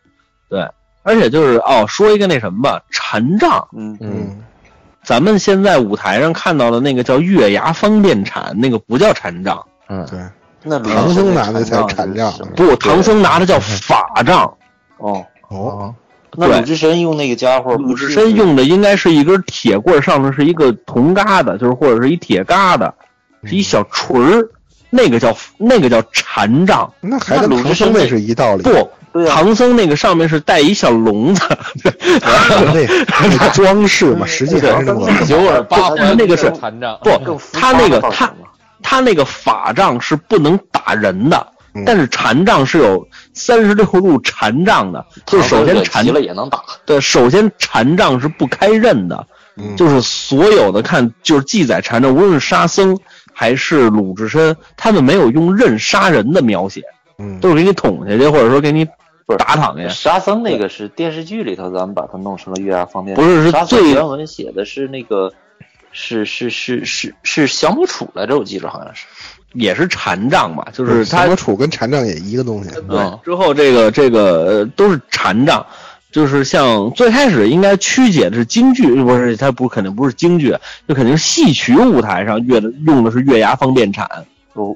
A: 对，而且就是哦，说一个那什么吧，禅杖，
D: 嗯，
B: 嗯，
A: 咱们现在舞台上看到的那个叫月牙方便铲，那个不叫禅杖，
C: 对，
D: 那鲁
C: 唐
D: 智深
C: 僧拿的才
D: 禅
C: 禅杖
D: 杖是什么
A: 不，唐僧拿的叫法杖，
D: 哦，
C: 哦，
D: 那
A: 对
D: 鲁智深用那个家伙，
A: 鲁智深用的应该是一根铁棍儿，上面是一个铜疙瘩，就是或者是一铁疙瘩，是一小锤儿，那个叫那个叫禅杖。
C: 那还
D: 那
C: 跟
D: 鲁智
C: 唐
D: 深
C: 僧那是一道理。
A: 不，
D: 对啊
A: 唐僧那个上面是带一小笼子， (laughs)
C: 嗯那那个装饰嘛，实际还是那么个。
B: 九耳八
A: 他
B: 环
A: 那个是
B: 残障，
A: 不，他那个他他那个法杖是不能打人的，
C: 嗯
A: 但是禅杖是有三十六路禅杖的，就是首先禅
D: 急了也能打，
A: 对，首先禅杖是不开刃的，
C: 嗯
A: 就是所有的看就是记载禅杖，无论是沙僧还是鲁智深，他们没有用刃杀人的描写，
C: 嗯，
A: 都是给你捅下去，或者说给你
D: 不是
A: 打躺下。
D: 沙僧那个是电视剧里头，咱们把它弄成了月牙方便
A: 不是是
D: 沙僧
A: 最
D: 原文写的是那个，是是是是是降魔杵来着，我记着好像是。
A: 也是禅杖嘛，就
C: 就是
A: 他
C: 什么杵跟禅杖也一个东西。
A: 对
D: 嗯，
A: 之后这个这个呃都是禅杖，就是像最开始应该曲解的是京剧，不是它不肯定不是京剧，就肯定是戏曲舞台上乐的用的是月牙方便铲，
D: 哦，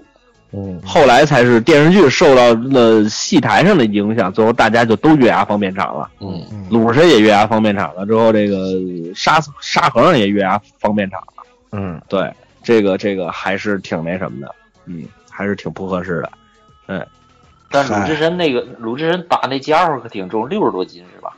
B: 嗯，
A: 后来才是电视剧受到了戏台上的影响，最后大家就都月牙方便铲了。
D: 嗯，
C: 嗯，
A: 鲁智深也月牙方便铲了，之后这个沙沙和尚也月牙方便铲了。
B: 嗯，
A: 对，这个这个还是挺那什么的，嗯，还是挺不合适的。
D: 但鲁智深那个鲁智深打那家伙可挺重，六十多斤是吧？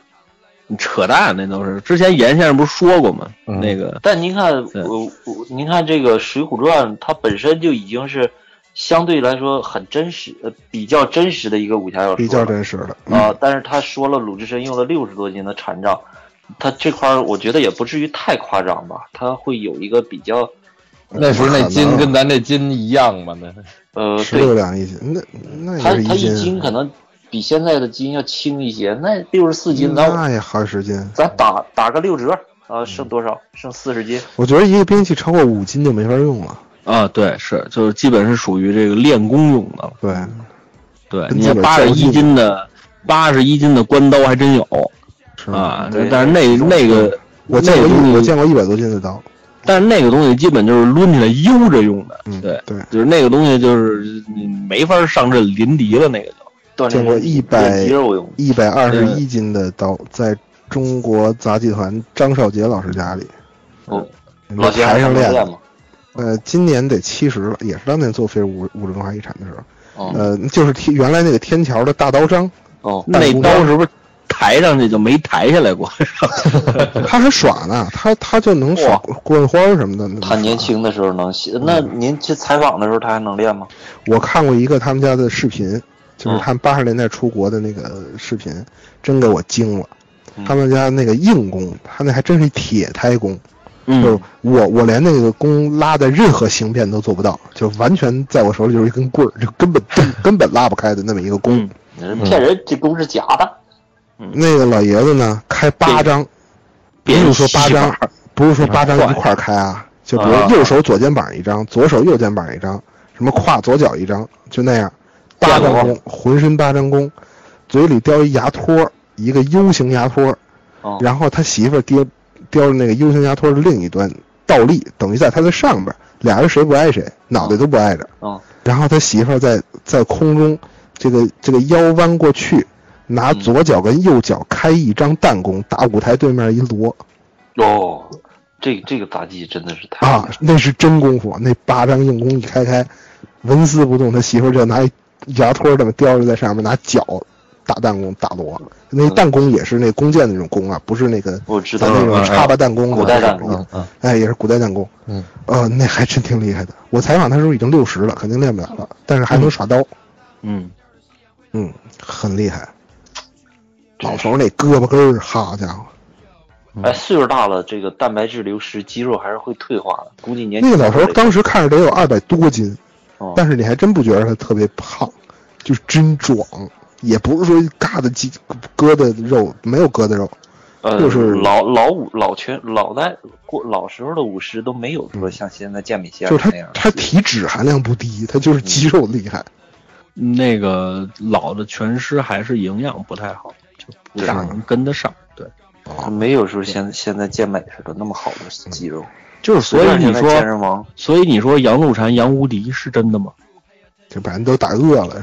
A: 你扯淡，那都是之前严先生不是说过吗？
B: 嗯
A: 那个
D: 但您看，
A: 对
D: 我我您看这个《水浒传》，它本身就已经是相对来说很真实，呃，比较真实的一个武侠小说了，
C: 比较真实嗯的。
D: 啊、但是他说了，鲁智深用了六十多斤的禅杖，他这块儿我觉得也不至于太夸张吧，他会有一个比较
C: 嗯
B: 那时候那金跟咱这金一样吗？那
D: 呃，
C: 啊十六
D: 对，
C: 两一斤，那那
D: 他
C: 也是
D: 他一
C: 斤
D: 斤可能比现在的斤要轻一些，那六十四斤，咱
C: 那也嗯好几十斤。
D: 咱打打个六折啊、剩多少？剩四十斤，
C: 我觉得一个兵器超过五斤就没法用了。
A: 啊，对，是就是基本是属于这个练功用的了。
C: 对，
A: 对，
C: 跟
A: 你
C: 自个儿
A: 八十
C: 较
A: 一
C: 劲
A: 斤的八十一斤的关刀还真有
C: 是
A: 啊
D: 对，
A: 但是那那个
C: 我见过
A: 那个东
C: 一
A: 西
C: 我见过一百多斤的刀。
A: 但是那个东西基本就是抡起来悠着用的，
C: 嗯，
A: 对
C: 对，
A: 就是那个东西就是你没法上阵临敌了那个就。
D: 锻
C: 见
D: 炼
C: 过
D: 身体
C: 一百
D: 练肌肉用。
C: 一百二十一斤的刀，在中国杂技团张少杰老师家里，
D: 哦，老
C: 那
D: 先
C: 台上呃
D: 生
C: 练的
D: 练。嘛，
C: 呃，今年得七十了，也是当年做非物物质文化遗产的时候。
D: 哦
C: 呃，就是天原来那个天桥的大刀章，
D: 哦，
A: 那刀是不是抬上去就没抬下来过？ (laughs)
C: 他还耍呢，他他就能耍棍花儿什么的。那么
E: 嗯
D: 他
C: 耍
D: 年，轻的时候能写，那您去采访的时候他还能练吗？
C: 我看过一个他们家的视频，就是
D: 嗯
C: 他们八十年代出国的那个视频，真给我惊了
D: 嗯。
C: 他们家那个硬功，他那还真是铁胎功，就是
A: 嗯，
C: 我我连那个弓拉的任何形变都做不到，就完全在我手里就是一根棍儿，就根本根根本拉不开的那么一个弓。
A: 嗯
D: 你是骗人，这弓是假的。嗯
C: 那个老爷子呢，开八张，不
A: 别
C: 是
A: 有
C: 说八
A: 戏
C: 张
A: 法，
C: 不是说八张
A: 快
C: 一块儿开啊，就比如右手左肩膀一张，左手右肩膀一张，什么胯左脚一张，就那样。八张弓，浑身八张弓，嘴里叼一牙托，一个 U 型牙托，
E: 哦
D: 嗯
C: 然后他媳妇儿叼叼着那个 U 型牙托的另一端倒立，等于在他的上边儿，俩人谁不挨谁，脑袋都不挨着。
E: 哦
C: 然后他媳妇儿在在空中，这个这个腰弯过去，拿左脚跟右脚开一张弹弓，打舞台对面一摞
E: 哦，这这个杂技真的是太
C: 啊，那是真功夫，啊那八张硬弓一开开，纹丝不动。他媳妇儿就拿一牙托这么叼着在上面，拿脚打弹弓打锣。那弹弓也是那弓箭的那种弓啊，不是那个
E: 我知
C: 咱
E: 道
C: 那
E: 了
C: 种插拔弹弓啊，
E: 古代弹弓
D: 嗯
C: 啊哎，也是古代弹弓。
B: 嗯，
C: 呃，那还真挺厉害的。我采访他时候已经六十了，肯定练不了了，但是还能耍刀。
E: 嗯，
C: 嗯，很厉害。老头儿那胳膊根儿，好家伙，
D: 嗯
E: 哎，岁数大了，这个蛋白质流失，肌肉还是会退化的。估计
D: 哎
E: 年
C: 那
E: 轻
C: 个老头儿当时看着得有二百多斤，
E: 哦
C: 但是你还真不觉得他特别胖，就是真壮，也不是说嘎的鸡疙瘩肉，没有疙瘩肉，
E: 呃
C: 就是
E: 老老武老拳老代过老时候的武师都没有说像现在健美先
C: 就是
E: 生
C: 他
E: 那样，
C: 他体脂含量不低，他就是肌肉厉害。
A: 那个老的拳师还是营养不太好，就不大能跟得上。对，
E: 他没有说现现在健美似的那么好的肌肉。
D: 嗯
A: 就是所以你
E: 现在健
A: 说，
E: 身王
A: 所以你说杨露禅、杨无敌是真的吗？嗯
C: 就把人都打饿了，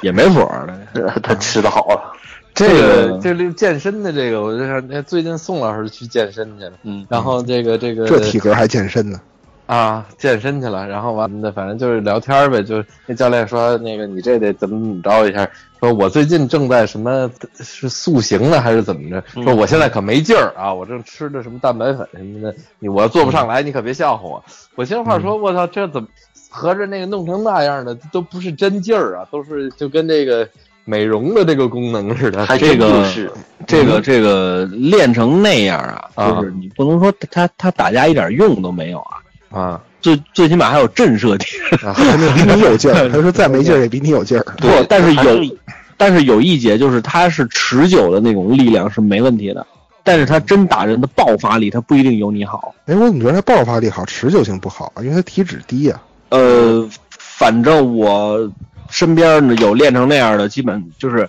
A: 也没谱儿的。
E: 呃他吃的好了，
B: 这
A: 个
B: 个这个健身的这个，我就想，那最近宋老师去健身去了，
E: 嗯，
B: 然后这个这个
C: 这体格还健身
A: (laughs)
C: 呢。
B: 啊，健身去了，然后完的，反正就是聊天儿呗。就是那教练说，那个你这得怎么怎么着一下，说我最近正在什么是塑形呢，还是怎么着？
E: 嗯
B: 说我现在可没劲儿啊，我正吃着什么蛋白粉什么的，你我做不上来，你可别笑话我。我心里话
E: 嗯
B: 说，我操，这怎么合着那个弄成那样的，都不是真劲儿啊，都是就跟这个美容的这个功能似的。
E: 还
A: 这
E: 真
A: 个
E: 就是
A: 这个这个练成那样啊，
B: 啊
A: 就是你不能说他他打架一点用都没有啊，
B: 啊，
A: 最最起码还有震慑力。
B: 然后
C: 肯定比你有劲儿，他说再没劲儿也比你有劲儿。
A: 不， (laughs) 但是有，但是有一节就是他是持久的那种力量是没问题的，但是他真打人的爆发力，他不一定有你好。
C: 哎，我怎么觉得他爆发力好，持久性不好啊？因为他体脂低呀、
A: 呃，反正我身边呢有练成那样的，基本就是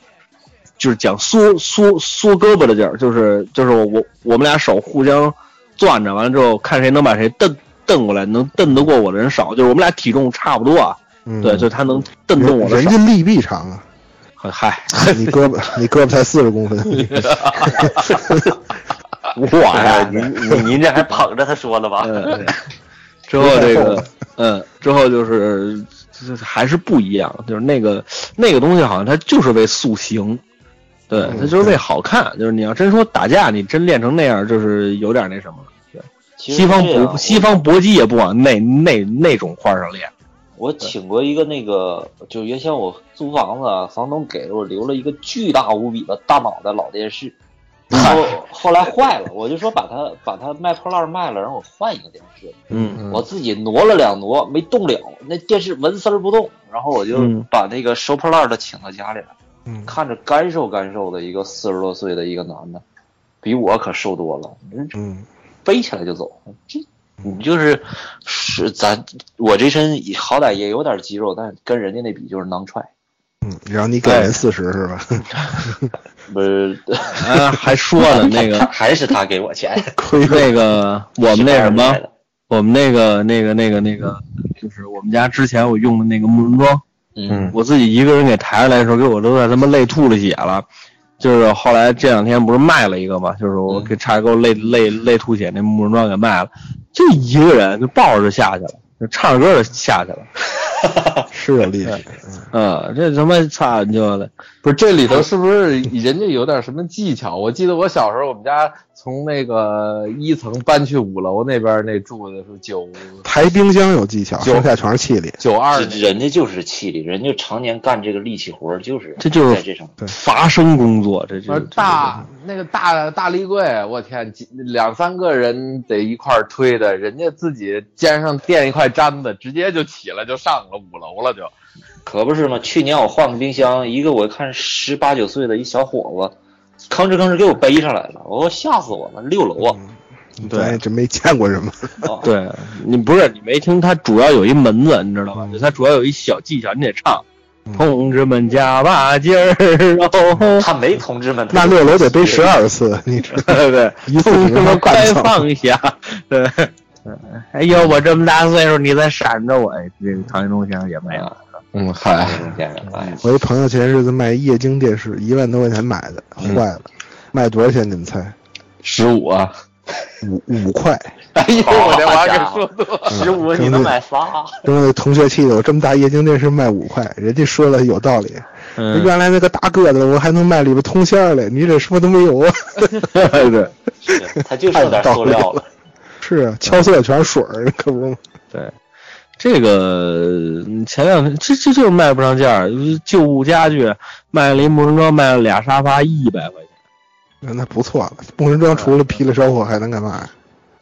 A: 就是讲缩缩缩胳膊的劲儿，就是就是我我我们俩手互相攥着，完了之后看谁能把谁蹬蹬过来，能蹬得过我的人少，就是我们俩体重差不多啊，
C: 嗯，
A: 对，就他能蹬动我
C: 人
A: 的
C: 人
A: 手
C: 家，力臂长啊，
A: 很嗨， (laughs)
C: 你胳膊你胳膊才四十公分，
A: 我啊呀
E: 哎，
C: (laughs)
E: 您
D: 啊
E: 您您这还捧着他说了吧？
A: (laughs) 嗯，之后这个，嗯，之后就是就是还是不一样，就是那个那个东西好像它就是为塑形，对，
C: 嗯
A: 它就是为好看。就是你要真说打架，你真练成那样，就是有点那什么了。
D: (laughs) 其实
A: 西方
D: 这样
A: 搏西方搏击也不往那那那种块儿上练。
D: 我请过一个那个，就是原先我租房子，啊，房东给我留了一个巨大无比的大脑袋老电视，然后后来坏了，我就说把它把它卖破烂卖了，让我换一个电视。
A: 嗯
D: 我自己挪了两挪，没动了，那电视纹丝儿不动。然后我就
A: 嗯
D: 把那个收破烂的请到家里来，
C: 嗯，
D: 看着干瘦干瘦的一个四十多岁的一个男的，比我可瘦多了，人
C: 嗯，
D: 背起来就走。这
A: 嗯
D: 你就是是咱我这身好歹也有点肌肉，但跟人家那比就是囊踹。
C: 嗯，然后你给人四十是
A: 哎
C: 吧？
D: 不是，
A: 啊，还说了 (laughs) 那 (laughs) 个
D: 还是他给我钱。
C: 亏了，
A: 那个 (laughs) 我们那什么
D: 是他给我钱的，
A: 我们那个那个那个那个，就是我们家之前我用的那个木人桩。
D: 嗯，
A: 我自己一个人给抬上来的时候，给我都在他妈累吐了血了。就是后来这两天不是卖了一个嘛，就是我给差点给我累累累吐血那木人桩给卖了，就一个人就抱着就下去了，就唱着歌就下去了。
C: 是有力气。
A: 嗯，这他妈操你就的，
B: 不是这里头是不是人家有点什么技巧？我记得我小时候，我们家从那个一层搬去五楼那边那住的是九
C: 抬冰箱有技巧，
B: 有
C: 上下全是气力。
B: 九二年，
D: 人家就是气力，人家常年干这个力气活儿，就是
A: 这就是
D: 在这上面。
A: 伐生工作，这
B: 不
A: 这
B: 是大那个大大立柜，我天，几两三个人得一块儿推的，人家自己肩上垫一块毡子，直接就起来就上了五楼了就，
D: 可不是嘛！去年我换个冰箱，一个我看十八九岁的一小伙子，吭哧吭哧给我背上来了，我吓死我了！六楼啊，啊
C: 咱也真没见过什么。
A: 对你不是你没听，它主要有一门子，你知道吧？就它主要有一小技巧，你得唱。同志们加把劲儿哦！
D: 他没同志们，
C: 那六楼得背十二次，你知道？
A: 对对，
C: 一次
A: 同
C: 只
A: 志
C: 能
A: 们
C: 灌
A: 快
C: 草
A: 放下！ (laughs) 对，哎呦，我这么大岁数，你再闪着我，哎这个唐一中先生也没了。
B: 嗯， (laughs) 嗨，
D: 先生，哎，
C: 我一朋友前日子卖液晶电视，一万多块钱买的，坏了，卖多少钱？你们猜？
B: 十五啊！
C: 五五块。
D: 哎呦，我这玩意
B: 给
D: 说
A: 嗯
D: 多，十五你能买仨？啊
C: 跟我同学气的，我这么大液晶电视卖五块，人家说的有道理。
A: 嗯，
C: 原来那个大个子，我还能卖里边通馅儿来，你这什么都没有
B: (laughs)
C: 啊！
A: 对
D: 是
A: (laughs)
D: 他就剩点塑料了。
C: 是啊，敲碎了全是水儿，可不是吗？
A: 对，这个嗯前两天这这就是卖不上价儿，就是旧物家具卖了一木人桩，卖了俩沙发，一百块钱。
C: 那不错了，木人桩除了劈了烧火还能干嘛？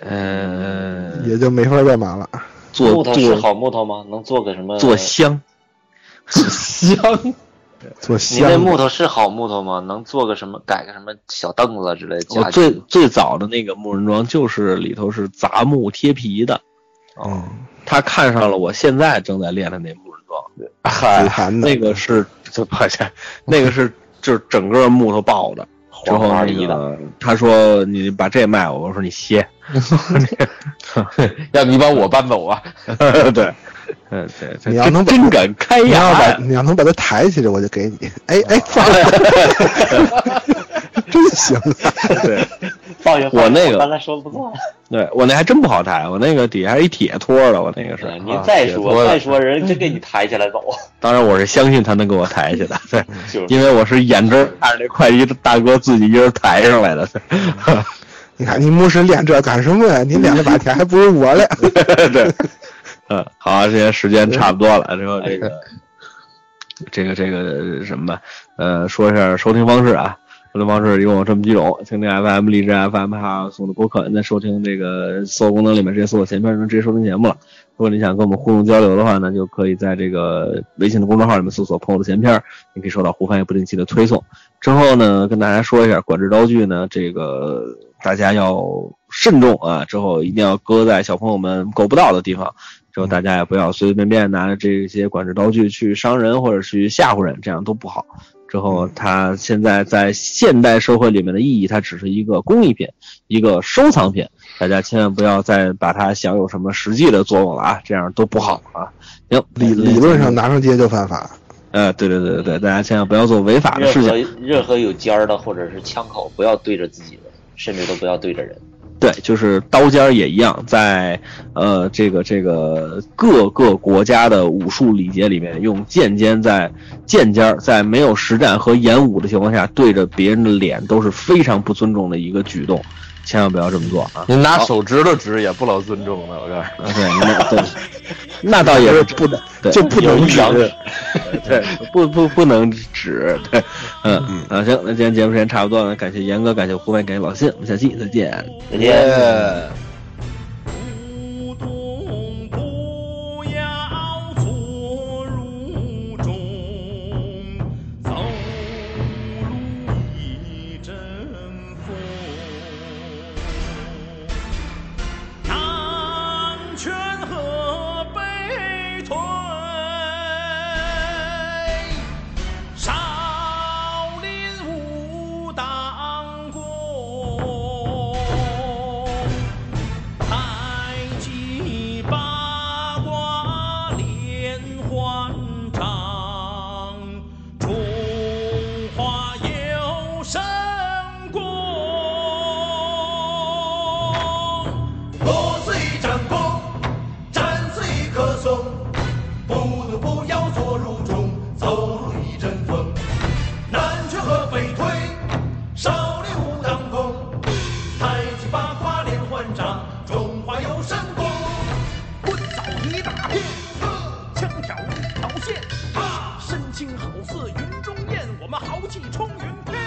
A: 嗯，
C: 也就没法干嘛了。
A: 做
D: 木呃头是
A: 做
D: 好木头吗？能做个什么？
A: 做香，
B: 香，
C: 做
D: 你那
C: 香
D: 木头是好木头吗？能做个什么？改个什么小凳子之类的家
A: (laughs)
D: 具？
A: 我最最早的那个木人桩就是里头是杂木贴皮的，
C: 哦，
A: 他看上了我现在正在练的那木人桩，
B: 啊 (laughs)
C: 海涵的
A: 那个是这抱歉，那个是就是整个木头爆的。之后
D: 黄花
A: 那
D: 梨
A: 个他说你把这卖我，我说你歇，
B: 要不你把我搬走啊？
A: 对，嗯对，这
C: 你要能把
A: 真敢开
C: 你要把 (laughs)
A: 牙，啊
C: 你要能把它抬起来，我就给你。哎哎，放下 (laughs) 真行啊！
A: 对
D: 放下
A: 我那个
D: 刚才说的不
A: (laughs)
D: 错。
A: 对，我那还真不好抬，我那个底下一铁托的，我那个是。
D: 哎您再
B: 解脱
D: 说
B: 了
D: 再说，人真给你抬起来走， (laughs)
A: 当然我是相信他能给我抬起来，对，
D: 就是
A: 因为我是眼睁看着那快递大哥自己一人抬上来的。
C: 你看你牧师练这干什么呀？你练了半天还不如我嘞。
A: (laughs) 对，嗯，好，现在时间差不多了，之后这个，这个这个什么吧，呃，说一下收听方式啊。收听方式一共有这么几种：蜻蜓 FM、荔枝 FM 还有送的播客。您在收听这个搜索功能里面直接搜索“前面”，就能直接收听节目了。如果你想跟我们互动交流的话呢，就可以在这个微信的公众号里面搜索“朋友的闲篇”，你可以收到胡翻译不定期的推送。之后呢，跟大家说一下，管制刀具呢，这个大家要慎重啊，之后一定要搁在小朋友们够不到的地方。之后大家也不要随随便便拿着这些管制刀具去伤人或者去吓唬人，这样都不好。之后，它现在在现代社会里面的意义，它只是一个工艺品，一个收藏品。大家千万不要再把它想有什么实际的作用了啊，这样都不好啊。行，
C: 理理论上，拿上街就犯法。
A: 呃，对对对对对，大家千万不要做违法的
D: 任
A: 事情
D: 何。任何有尖儿的或者是枪口，不要对着自己的，甚至都不要对着人。
A: 对，就是刀尖儿也一样，在呃这个这个各个国家的武术礼节里面，用剑尖在剑尖儿在没有实战和演武的情况下，对着别人的脸都是非常不尊重的一个举动，千万不要这么做啊！
B: 你拿手指头指也不老尊重的，我告诉你。
A: 对，那对，那倒也是不能，对，
C: 就不能指
A: 对，不不不能指，
C: (laughs)
A: 对，嗯嗯啊，行，那今天节目时间差不多了，感谢严哥，感谢胡麦，感谢老信，我们下期再见。
D: 再见。
H: 不动不要坐如钟，走路一阵风。南拳和北腿，少林武当功。太极八卦连环掌，中华有神功。
I: 我虽成功，战虽可松，不能不要坐如钟，走路一阵风。南拳和北推，少林武当功，太极八卦连环掌，中华有神功。
H: 滚草一大片，枪挑一条线，身轻好似云中雁，我们豪气冲云天。